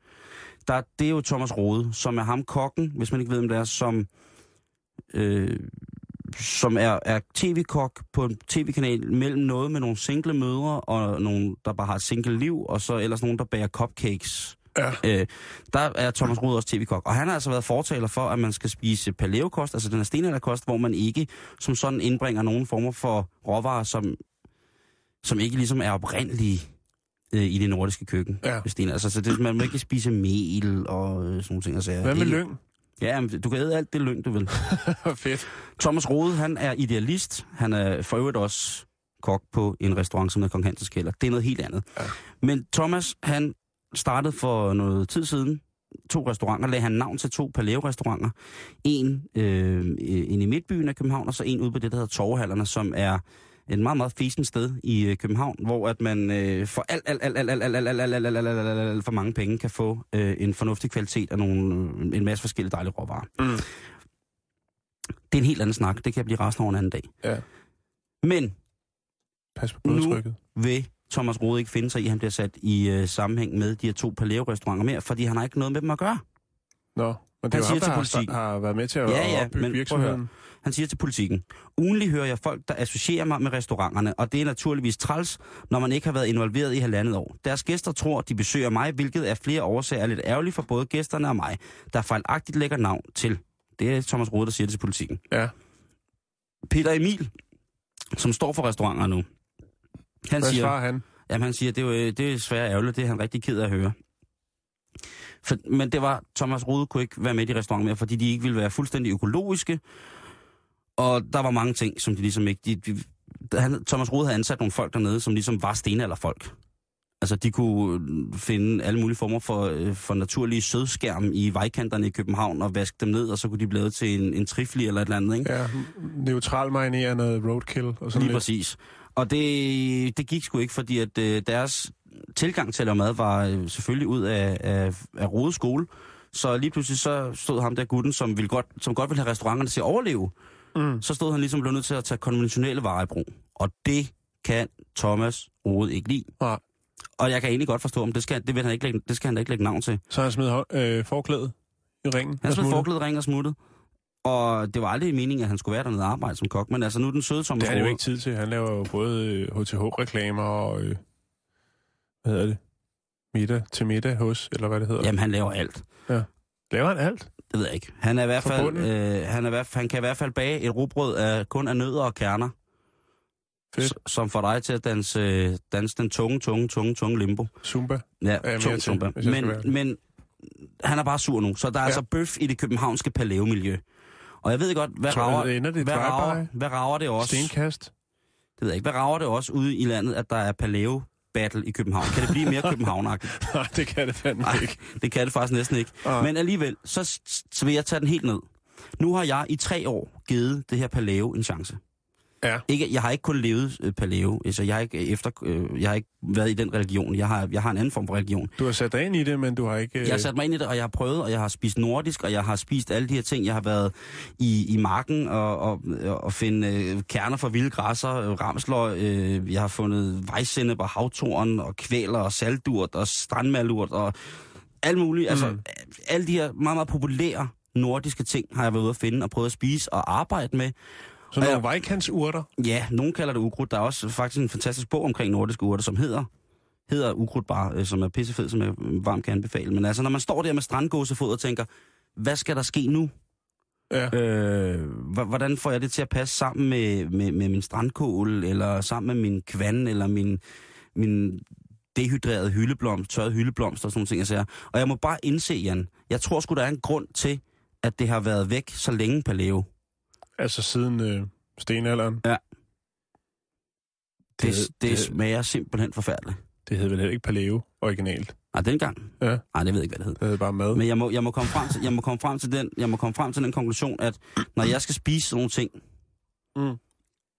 Der, det er jo Thomas Rode, som er ham kokken, hvis man ikke ved, hvem det er, som, øh, som er, er tv-kok på en tv-kanal mellem noget med nogle single mødre, og nogen, der bare har et single liv, og så ellers nogen, der bager cupcakes. Ja. Øh, der er Thomas Rode også tv-kok, og han har altså været fortaler for, at man skal spise paleokost, altså den her stenalderkost, hvor man ikke som sådan indbringer nogen former for råvarer, som som ikke ligesom er oprindelige øh, i det nordiske køkken. Ja. Hvis det er, altså, så det, man må ikke spise mel og øh, sådan nogle ting. Altså, Hvad med lyng? Ja, men du kan æde alt det lyng, du vil. Fedt. Thomas Rode, han er idealist. Han er for øvrigt også kok på en restaurant, som hedder Kong Hansens Kælder. Det er noget helt andet. Ja. Men Thomas, han startede for noget tid siden to restauranter, lagde han navn til to Paleo-restauranter. En, øh, en i midtbyen af København, og så en ude på det, der hedder Torvehallerne, som er et meget, meget fesen sted i øh, København, hvor at man øh, for alt, alt, alt, alt, alt, alt, alt, alt, alt, alt, alt, alt, alt, alt, alt, alt for mange penge kan få øh, en fornuftig kvalitet og nogle, øh, en masse forskellige dejlige råvarer. Mm. Det er en helt anden snak. Det kan jeg blive resten over en anden dag. Ja. Men Pas på nu blodtrykket. vil Thomas Rode ikke finde sig i, at han bliver sat i øh, sammenhæng med de her to Paleo-restauranter mere, fordi han har ikke noget med dem at gøre. Nå, men det er Han siger jo ham, der til har, politikken. har været med til at opbygge prøv at høre. virksomheden. Han siger til politikken, ugenlig hører jeg folk, der associerer mig med restauranterne, og det er naturligvis træls, når man ikke har været involveret i halvandet år. Deres gæster tror, de besøger mig, hvilket af flere årsager er lidt ærgerligt for både gæsterne og mig, der fejlagtigt lægger navn til. Det er Thomas Rode, der siger det til politikken. Ja. Peter Emil, som står for restauranter nu, han Hvad siger, svarer han? Jamen, han siger, det er, jo, øh, det er svært ærgerligt, det er han rigtig ked af at høre. For, men det var, Thomas Rode kunne ikke være med i restauranten mere, fordi de ikke ville være fuldstændig økologiske. Og der var mange ting, som de ligesom ikke... De, de, han, Thomas Rode havde ansat nogle folk dernede, som ligesom var stenalderfolk. Altså, de kunne øh, finde alle mulige former for, øh, for naturlige sødskærm i vejkanterne i København og vaske dem ned, og så kunne de blive lavet til en, en trifli eller et eller andet, ikke? Ja, neutral marinere noget roadkill og sådan Lige lidt. præcis. Og det, det gik sgu ikke, fordi at øh, deres tilgang til at lave mad var øh, selvfølgelig ud af, af, af Rode skole. Så lige pludselig så stod ham der gutten, som, ville godt, som godt ville have restauranterne til at overleve. Mm. Så stod han ligesom blevet nødt til at tage konventionelle varer i brug. Og det kan Thomas Rode ikke lide. Ja. Og jeg kan egentlig godt forstå, om det skal, det vil han ikke lægge, det skal han da ikke lægge navn til. Så han smed hå- øh, forklædet i ringen. Han smed og smuttede. forklædet ring og smuttet. Og det var aldrig meningen, at han skulle være dernede og arbejde som kok. Men altså, nu er den søde Thomas Det har han jo Rode- ikke tid til. Han laver jo både øh, HTH-reklamer og... Øh, hvad hedder det? Middag til middag hos, eller hvad det hedder. Jamen, han laver alt. Ja. Laver han alt? Det ved jeg ikke. Han, er i hvert Fra fald, bunden? øh, han, er i hvert fald, han kan i hvert fald bage et rugbrød af, kun af nødder og kerner. Fedt. s- Som får dig til at danse, øh, danse den tunge, tunge, tunge, tunge limbo. Zumba? Ja, mere tunge til, zumba. hvis jeg skal Men, være ærlig. men han er bare sur nu, så der er ja. altså bøf i det københavnske palæo-miljø. Og jeg ved godt, hvad Tror du, rager, det ender det i hvad, drive-by? rager, hvad rager det også? Stenkast? Det ved jeg ikke. Hvad rager det også ude i landet, at der er palæo battle i København? Kan det blive mere københavnagtigt? Nej, det kan det fandme ikke. det kan det faktisk næsten ikke. Nej. Men alligevel, så, s- så vil jeg tage den helt ned. Nu har jeg i tre år givet det her palæo en chance. Ja. Ikke, jeg har ikke kun levet øh, palæo, altså jeg har ikke, øh, efter, øh, jeg har ikke været i den religion. Jeg har, jeg har en anden form for religion. Du har sat dig ind i det, men du har ikke... øh, Jeg har sat mig ind i det, og jeg har prøvet, og jeg har spist nordisk, og jeg har spist alle de her ting. Jeg har været i, i marken og, og, og finde øh, kerner fra vilde græsser, øh, ramsløg. Øh, jeg har fundet vejsennep og havtorn og kvæler og saldurt og strandmalurt og alt muligt. Mm. Altså, alle de her meget, meget populære nordiske ting har jeg været ude at finde og prøvet at spise og arbejde med. Sådan nogle vejkantsurter? Ja, nogen kalder det ukrudt. Der er også faktisk en fantastisk bog omkring nordiske urter, som hedder hedder ukrudt bare, øh, som er pissefed, som jeg øh, varmt kan anbefale. Men altså, når man står der med strandgåsefod og tænker, hvad skal der ske nu? Ja. Øh, hv- hvordan får jeg det til at passe sammen med, med, med min strandkål, eller sammen med min kvan, eller min, min dehydrerede hyldeblomst, tørrede hyldeblomst og sådan nogle ting, jeg siger. Og jeg må bare indse, Jan, jeg tror sgu, der er en grund til, at det har været væk så længe, Paleo. Altså siden øh, stenalderen? Ja. Det, hed- det, det smager simpelthen forfærdeligt. Det hed vel heller ikke Paleo originalt? Nej, Ah, dengang. Ja. Nej, det ved jeg ikke, hvad det hed. Det hed bare mad. Men jeg må, jeg må komme frem til, jeg må komme frem til den, jeg må komme frem til den konklusion, at når jeg skal spise sådan nogle ting, Mm.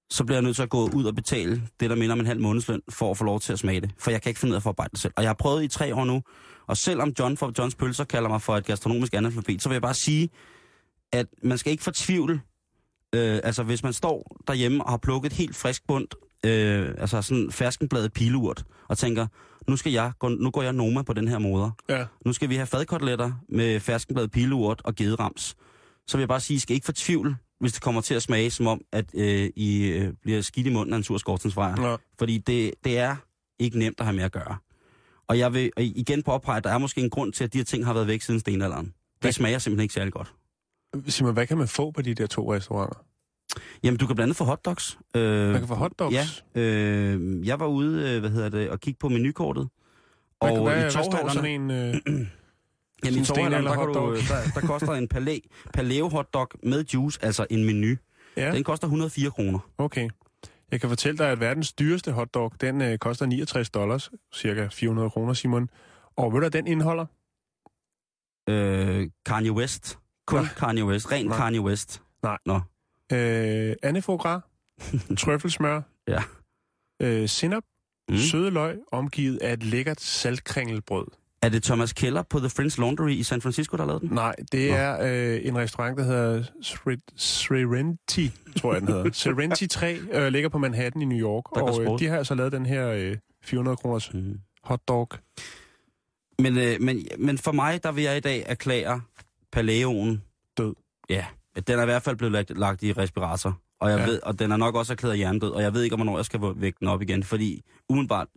så bliver jeg nødt til at gå ud og betale det, der minder om en halv månedsløn, for at få lov til at smage det. For jeg kan ikke finde ud af at forarbejde det selv. Og jeg har prøvet i tre år nu, og selvom John fra Johns Pølser kalder mig for et gastronomisk analfabet, så vil jeg bare sige, at man skal ikke fortvivle. Øh, altså, hvis man står derhjemme og har plukket helt frisk bundt, øh, altså sådan ferskenbladet pileurt, og tænker, nu, skal jeg, gå- nu går jeg Noma på den her moder. Ja. Nu skal vi have fadkoteletter med ferskenbladet pileurt og gederams. Så vil jeg bare sige, I skal ikke fortvivle, hvis det kommer til at smage som om, at øh, I øh, bliver skidt i munden af en sur skorstensfejr. Ja. Fordi det, det er ikke nemt at have med at gøre. Og jeg vil og igen påpege, at der er måske en grund til, at de her ting har været væk siden stenalderen. Det smager simpelthen ikke særlig godt. Simon, hvad kan man få på de der to restauranter? Jamen, du kan blandt andet få hotdogs. Øh, Man kan få hotdogs? Ja. Øh, jeg var ude, øh, hvad hedder det, og kigge på menukortet. Hvad, og hvad, i hvad står torvhallerne- sådan en... Øh, Jamen, i sådan en Torhalland, eller der, kan du, hotdog? øh, der, der koster en palæ, paleo hotdog med juice, altså en menu. Ja. Den koster 104 kroner. Okay. Jeg kan fortælle dig, at verdens dyreste hotdog, den øh, koster 69 dollars, cirka 400 kroner, Simon. Og ved du, hvad den indeholder? Øh, Kanye West. Kun Nej. Kanye West. Ren Nej. Kanye West. Nej. Nå. Øh, andefogras, trøffelsmør, Ja. øh, sinap, Mm. mm. søde løg, omgivet af et lækkert saltkringelbrød. Er det Thomas Keller på The French Laundry i San Francisco, der har lavet den? Nej, det Nå. er øh, en restaurant, der hedder Sri- Srirenti, tror jeg den hedder. Srirenti 3 øh, ligger på Manhattan i New York, Der går og øh, sprog. de har altså lavet den her øh, 400 kroners mm. hotdog. Men, øh, men, men for mig, der vil jeg i dag erklære Paleoen død. Ja, den er i hvert fald blevet lagt, lagt i respirator. Og, jeg Ja. ja. ved, og den er nok også erklæret hjernedød, og jeg ved ikke, om hvornår jeg skal vække den op igen, fordi umiddelbart,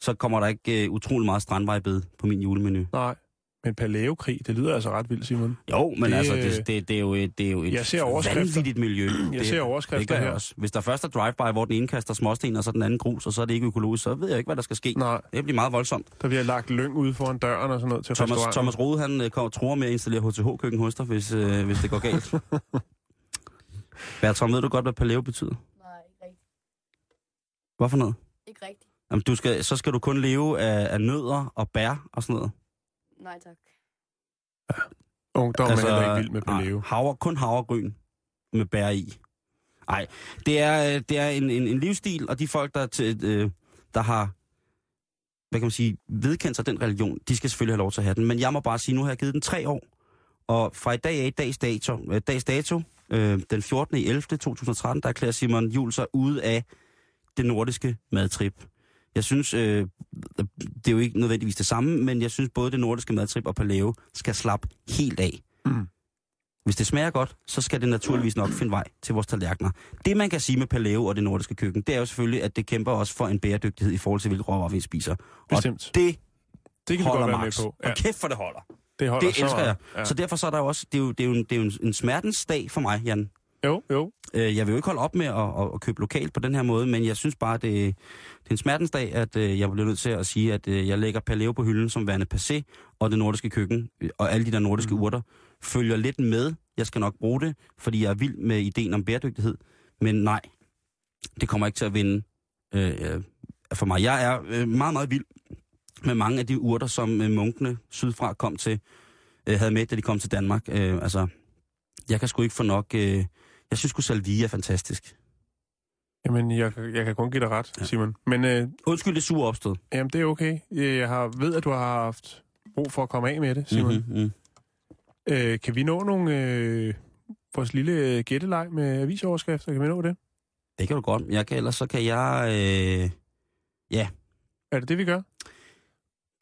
så kommer der ikke øh, utrolig meget strandvejbed på min julemenu. Nej, men Paleokrig, det lyder altså ret vildt, Simon. Jo, men det, altså, øh, det, det, det, er jo et, det er jo et Jeg ser overskrifter. vanvittigt miljø. Jeg det, ser overskrifter det gør jeg her. Også. Hvis der først er drive-by, hvor den ene kaster småsten, og så den anden grus, og så er det ikke økologisk, så ved jeg ikke, hvad der skal ske. Nej. Det bliver meget voldsomt. Der bliver lagt lyng ude foran døren og sådan noget til Thomas, restauranten. Thomas Rode, han øh, kommer, tror med at installere HTH-køkken hos dig, hvis, øh, hvis det går galt. Bertram, ved du godt, hvad paleo betyder? Nej, ikke rigtigt. Hvorfor noget? Ikke rigtigt. Jamen, du skal, så skal du kun leve af, af nødder og bær og sådan noget. Nej, tak. Ungdommen altså, er heller ikke vild med nej, Paleo. ah, havre, kun havregryn med bær i. Nej, det er, øh, det er en, en, en livsstil, og de folk, der, er til, øh, der har hvad kan man sige, vedkendt sig den religion, de skal selvfølgelig have lov til at have den. Men jeg må bare sige, nu har jeg givet den tre år, og fra i dag af, dags dato, øh, dags dato øh, den 14. i 11. 2013, der erklærer Simon Juhl sig ude af det nordiske madtrip. Jeg synes, øh, det er jo ikke nødvendigvis det samme, men jeg synes både det nordiske madtrip og paleo skal slappe helt af. Mm. Hvis det smager godt, så skal det naturligvis nok finde vej til vores tallerkener. Det, man kan sige med paleo og det nordiske køkken, det er jo selvfølgelig, at det kæmper også for en bæredygtighed i forhold til, hvilke råvarer vi spiser. Bestemt. Og det, Det kan vi holder godt være med Max. på. Og kæft, for det holder. Det holder det så elsker meget. jeg. Ja. Ja. Så derfor så er der jo også, det er jo, det er jo, en, det er jo en, en smertens dag for mig, Jan. Jo, jo. Øh, jeg vil jo ikke holde op med at, at, at købe lokalt på den her måde, men jeg synes bare, det, det er en smertens dag, at øh, jeg bliver nødt til at sige, at øh, jeg lægger paleo på hylden som værende passé, og det nordiske køkken, øh, og alle de der nordiske mm. urter, følger lidt med. Jeg skal nok bruge det, fordi jeg er vild med ideen om bæredygtighed, men nej, det kommer ikke til at vinde øh, øh, for mig. Jeg er øh, meget, meget vild med mange af de urter, som øh, munkene sydfra kom til, øh, havde med, da de kom til Danmark. Øh, altså, jeg kan sgu ikke få nok... Øh, jeg synes sgu salvia er fantastisk. Jamen, jeg, jeg kan kun give dig ret, ja. Simon. Men, øh, Undskyld det sure opstød. Jamen, det er okay. Jeg har, ved, at du har haft brug for at komme af med det, Simon. Mm-hmm. Mm-hmm. Øh, kan vi nå nogle... Øh, vores lille øh, gætteleg med avisoverskrifter, kan vi nå det? Det kan du godt. Jeg kan, ellers så kan jeg... Øh, ja, Er det det, vi gør?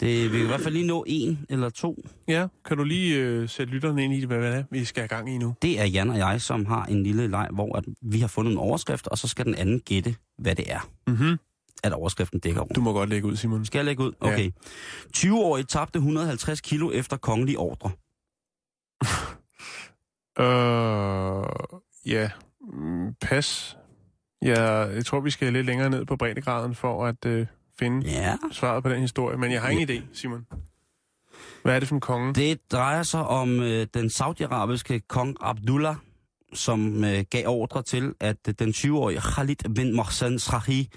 det, vi kan i hvert fald lige nå en eller to. Ja, kan du lige øh, sætte lytterne ind i, hvad det er, vi skal have gang i nu? Det er Jan og jeg, som har en lille leg, hvor at vi har fundet en overskrift, og så skal den anden gætte, hvad det er, Mm-hmm. at overskriften dækker over. Du må godt lægge ud, Simon. Skal jeg lægge ud? Ja. Okay. Ja. 20-årig tabte 150 kilo efter kongelig ordre. Øh, ja, Mm, pas. Jeg, jeg tror, vi skal lidt længere ned på breddegraden for at øh, finde Ja. svaret på den historie, men jeg har ingen idé, Simon. Hvad er det for en konge? Det drejer sig om øh, den saudiarabiske kong Abdullah, som øh, gav ordre til, at øh, den 20-årige Khalid bin Mohsen Srahi,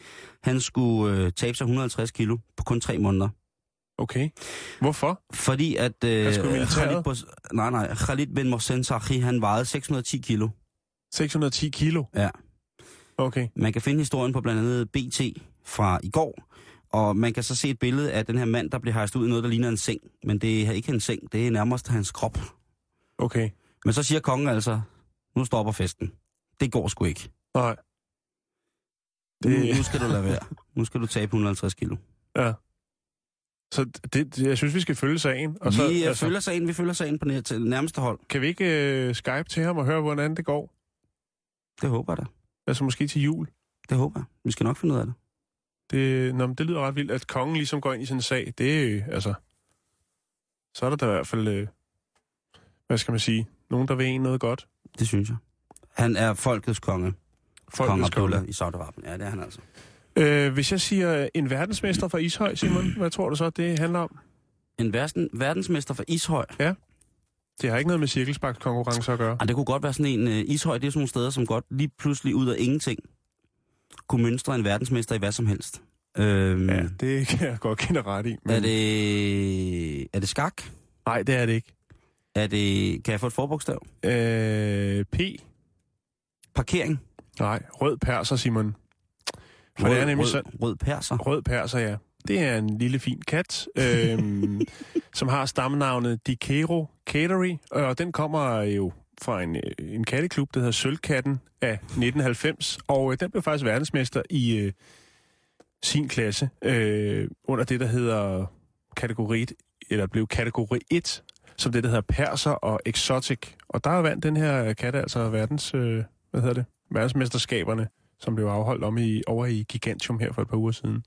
han skulle øh, tabe sig 150 kilo på kun tre måneder. Okay. Hvorfor? Fordi at... øh, Han skulle i militæret? Khalid, Bos- nej, nej. Khalid bin Mohsen Srahi, han vejede 610 kilo. 610 kilo? Ja. Okay. Man kan finde historien på blandt andet BT fra i går, og man kan så se et billede af den her mand, der bliver hejst ud i noget, der ligner en seng. Men det er ikke en seng, det er nærmest hans krop. Okay. Men så siger kongen altså, nu stopper festen. Det går sgu ikke. Nej. Det... Nu, nu skal du lade være. Nu skal du tabe 150 kilo. Ja. Så det, det, jeg synes, vi skal følge sagen. Og Og så, så, vi altså... følger sagen, vi følger sagen på nær, til nærmeste hold. Kan vi ikke øh, skype til ham og høre, hvordan det går? Det håber jeg da. Altså måske til jul? Det håber jeg. Vi skal nok finde ud af det. Det, nå, men det lyder ret vildt, at kongen ligesom går ind i sådan en sag. Det er øh, altså... Så er der da i hvert fald... Øh, hvad skal man sige? Nogen, der vil en noget godt. Det synes jeg. Han er folkets konge. Folkets Kong konge. Abdullah i Saudi-Arabien. Ja, det er han altså. Øh, hvis jeg siger øh, en verdensmester fra Ishøj, Simon, hvad tror du så, det handler om? En verden, verdensmester for Ishøj. Ja. Det har ikke noget med cirkelsparkskonkurrencer at gøre. Ej, det kunne godt være sådan en... Øh, Ishøj, det er sådan nogle steder, som godt lige pludselig ud af ingenting kunne mønstre en verdensmester i hvad som helst. Øhm, ja. Øh, Det kan jeg godt kende ret i. Er det... Er det skak? Nej, det er det ikke. Er det... Kan jeg få et forbogstav? Øh, P. Parkering? Nej, rød perser, Simon. For rød, det er nemlig rød, sådan, rød perser? rød perser, ja. Det er en lille fin kat, øhm, som har stammenavnet Dikero Cattery, og den kommer jo fra en, øh, en katteklub, der hedder Sølvkatten af 1990, og øh, den blev faktisk verdensmester i øh, sin klasse øh, under det, der hedder kategori 1, eller blev kategori 1, som det, der hedder perser og exotic. Og der vandt den her kat altså verdens, øh, hvad hedder det, verdensmesterskaberne, som blev afholdt om i, over i Gigantium her for et par uger siden.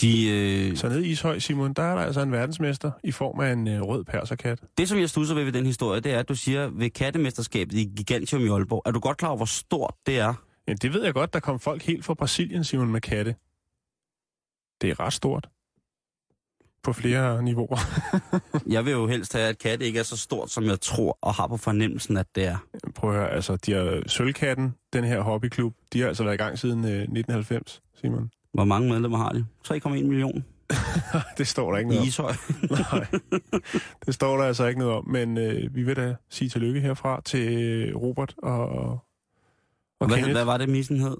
De, øh, Så nede i Ishøj, Simon, der er der altså en verdensmester i form af en øh, rød perserkat. det, som jeg stusser ved ved den historie, det er, at du siger ved kattemesterskabet i Gigantium i Aalborg. Er du godt klar over, hvor stort det er? Ja, det ved jeg godt, der kom folk helt fra Brasilien, Simon, med katte. Det er ret stort. På flere niveauer. Jeg vil jo helst have, at katte ikke er så stort, som jeg tror, og har på fornemmelsen, at det er. Prøv at høre, altså, de har Sølvkatten, den her hobbyklub, de har altså været i gang siden øh, 1990, Simon. Hvor mange medlemmer har de? 3,1 millioner det står der ikke noget i om. Ishøj. Nej, det står der altså ikke noget om, men øh, vi vil da sige tillykke herfra til øh, Robert og, og, og hvad, Kenneth. hvad var det, missen hed?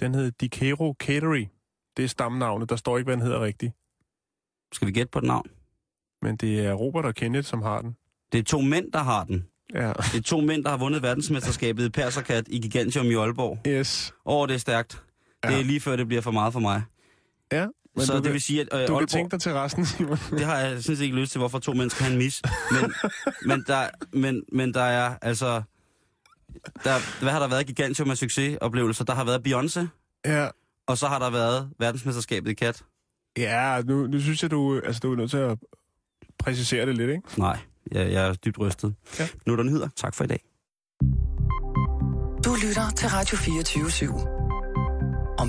Den hed Dikero Cattery. Det er stamnavnet, der står ikke, hvad den hedder rigtigt. Skal vi gætte på et navn? Men det er Robert og Kenneth, som har den. Det er to mænd, der har den. Ja. Det er to mænd, der har vundet verdensmesterskabet i perserkat i Gigantium i Aalborg. Yes. Åh, det er stærkt. Det er lige før, det bliver for meget for mig. Ja, Men så du det kan- vil sige, at... øh, du kan tænke dig til resten, Simon. det har jeg sådan set ikke lyst til, hvorfor to mennesker har en mis. Men, men, der, men, men der er, altså... Der, hvad har der været gigantium af succesoplevelser? Der har været Beyoncé, Ja. og så har der været verdensmesterskabet i kat. Ja, nu, nu synes jeg, du, altså, du er nødt til at præcisere det lidt, ikke? Nej, jeg, jeg er dybt rystet. Ja. Nu er der nyheder. Tak for i dag. Du lytter til Radio 24 /7. Om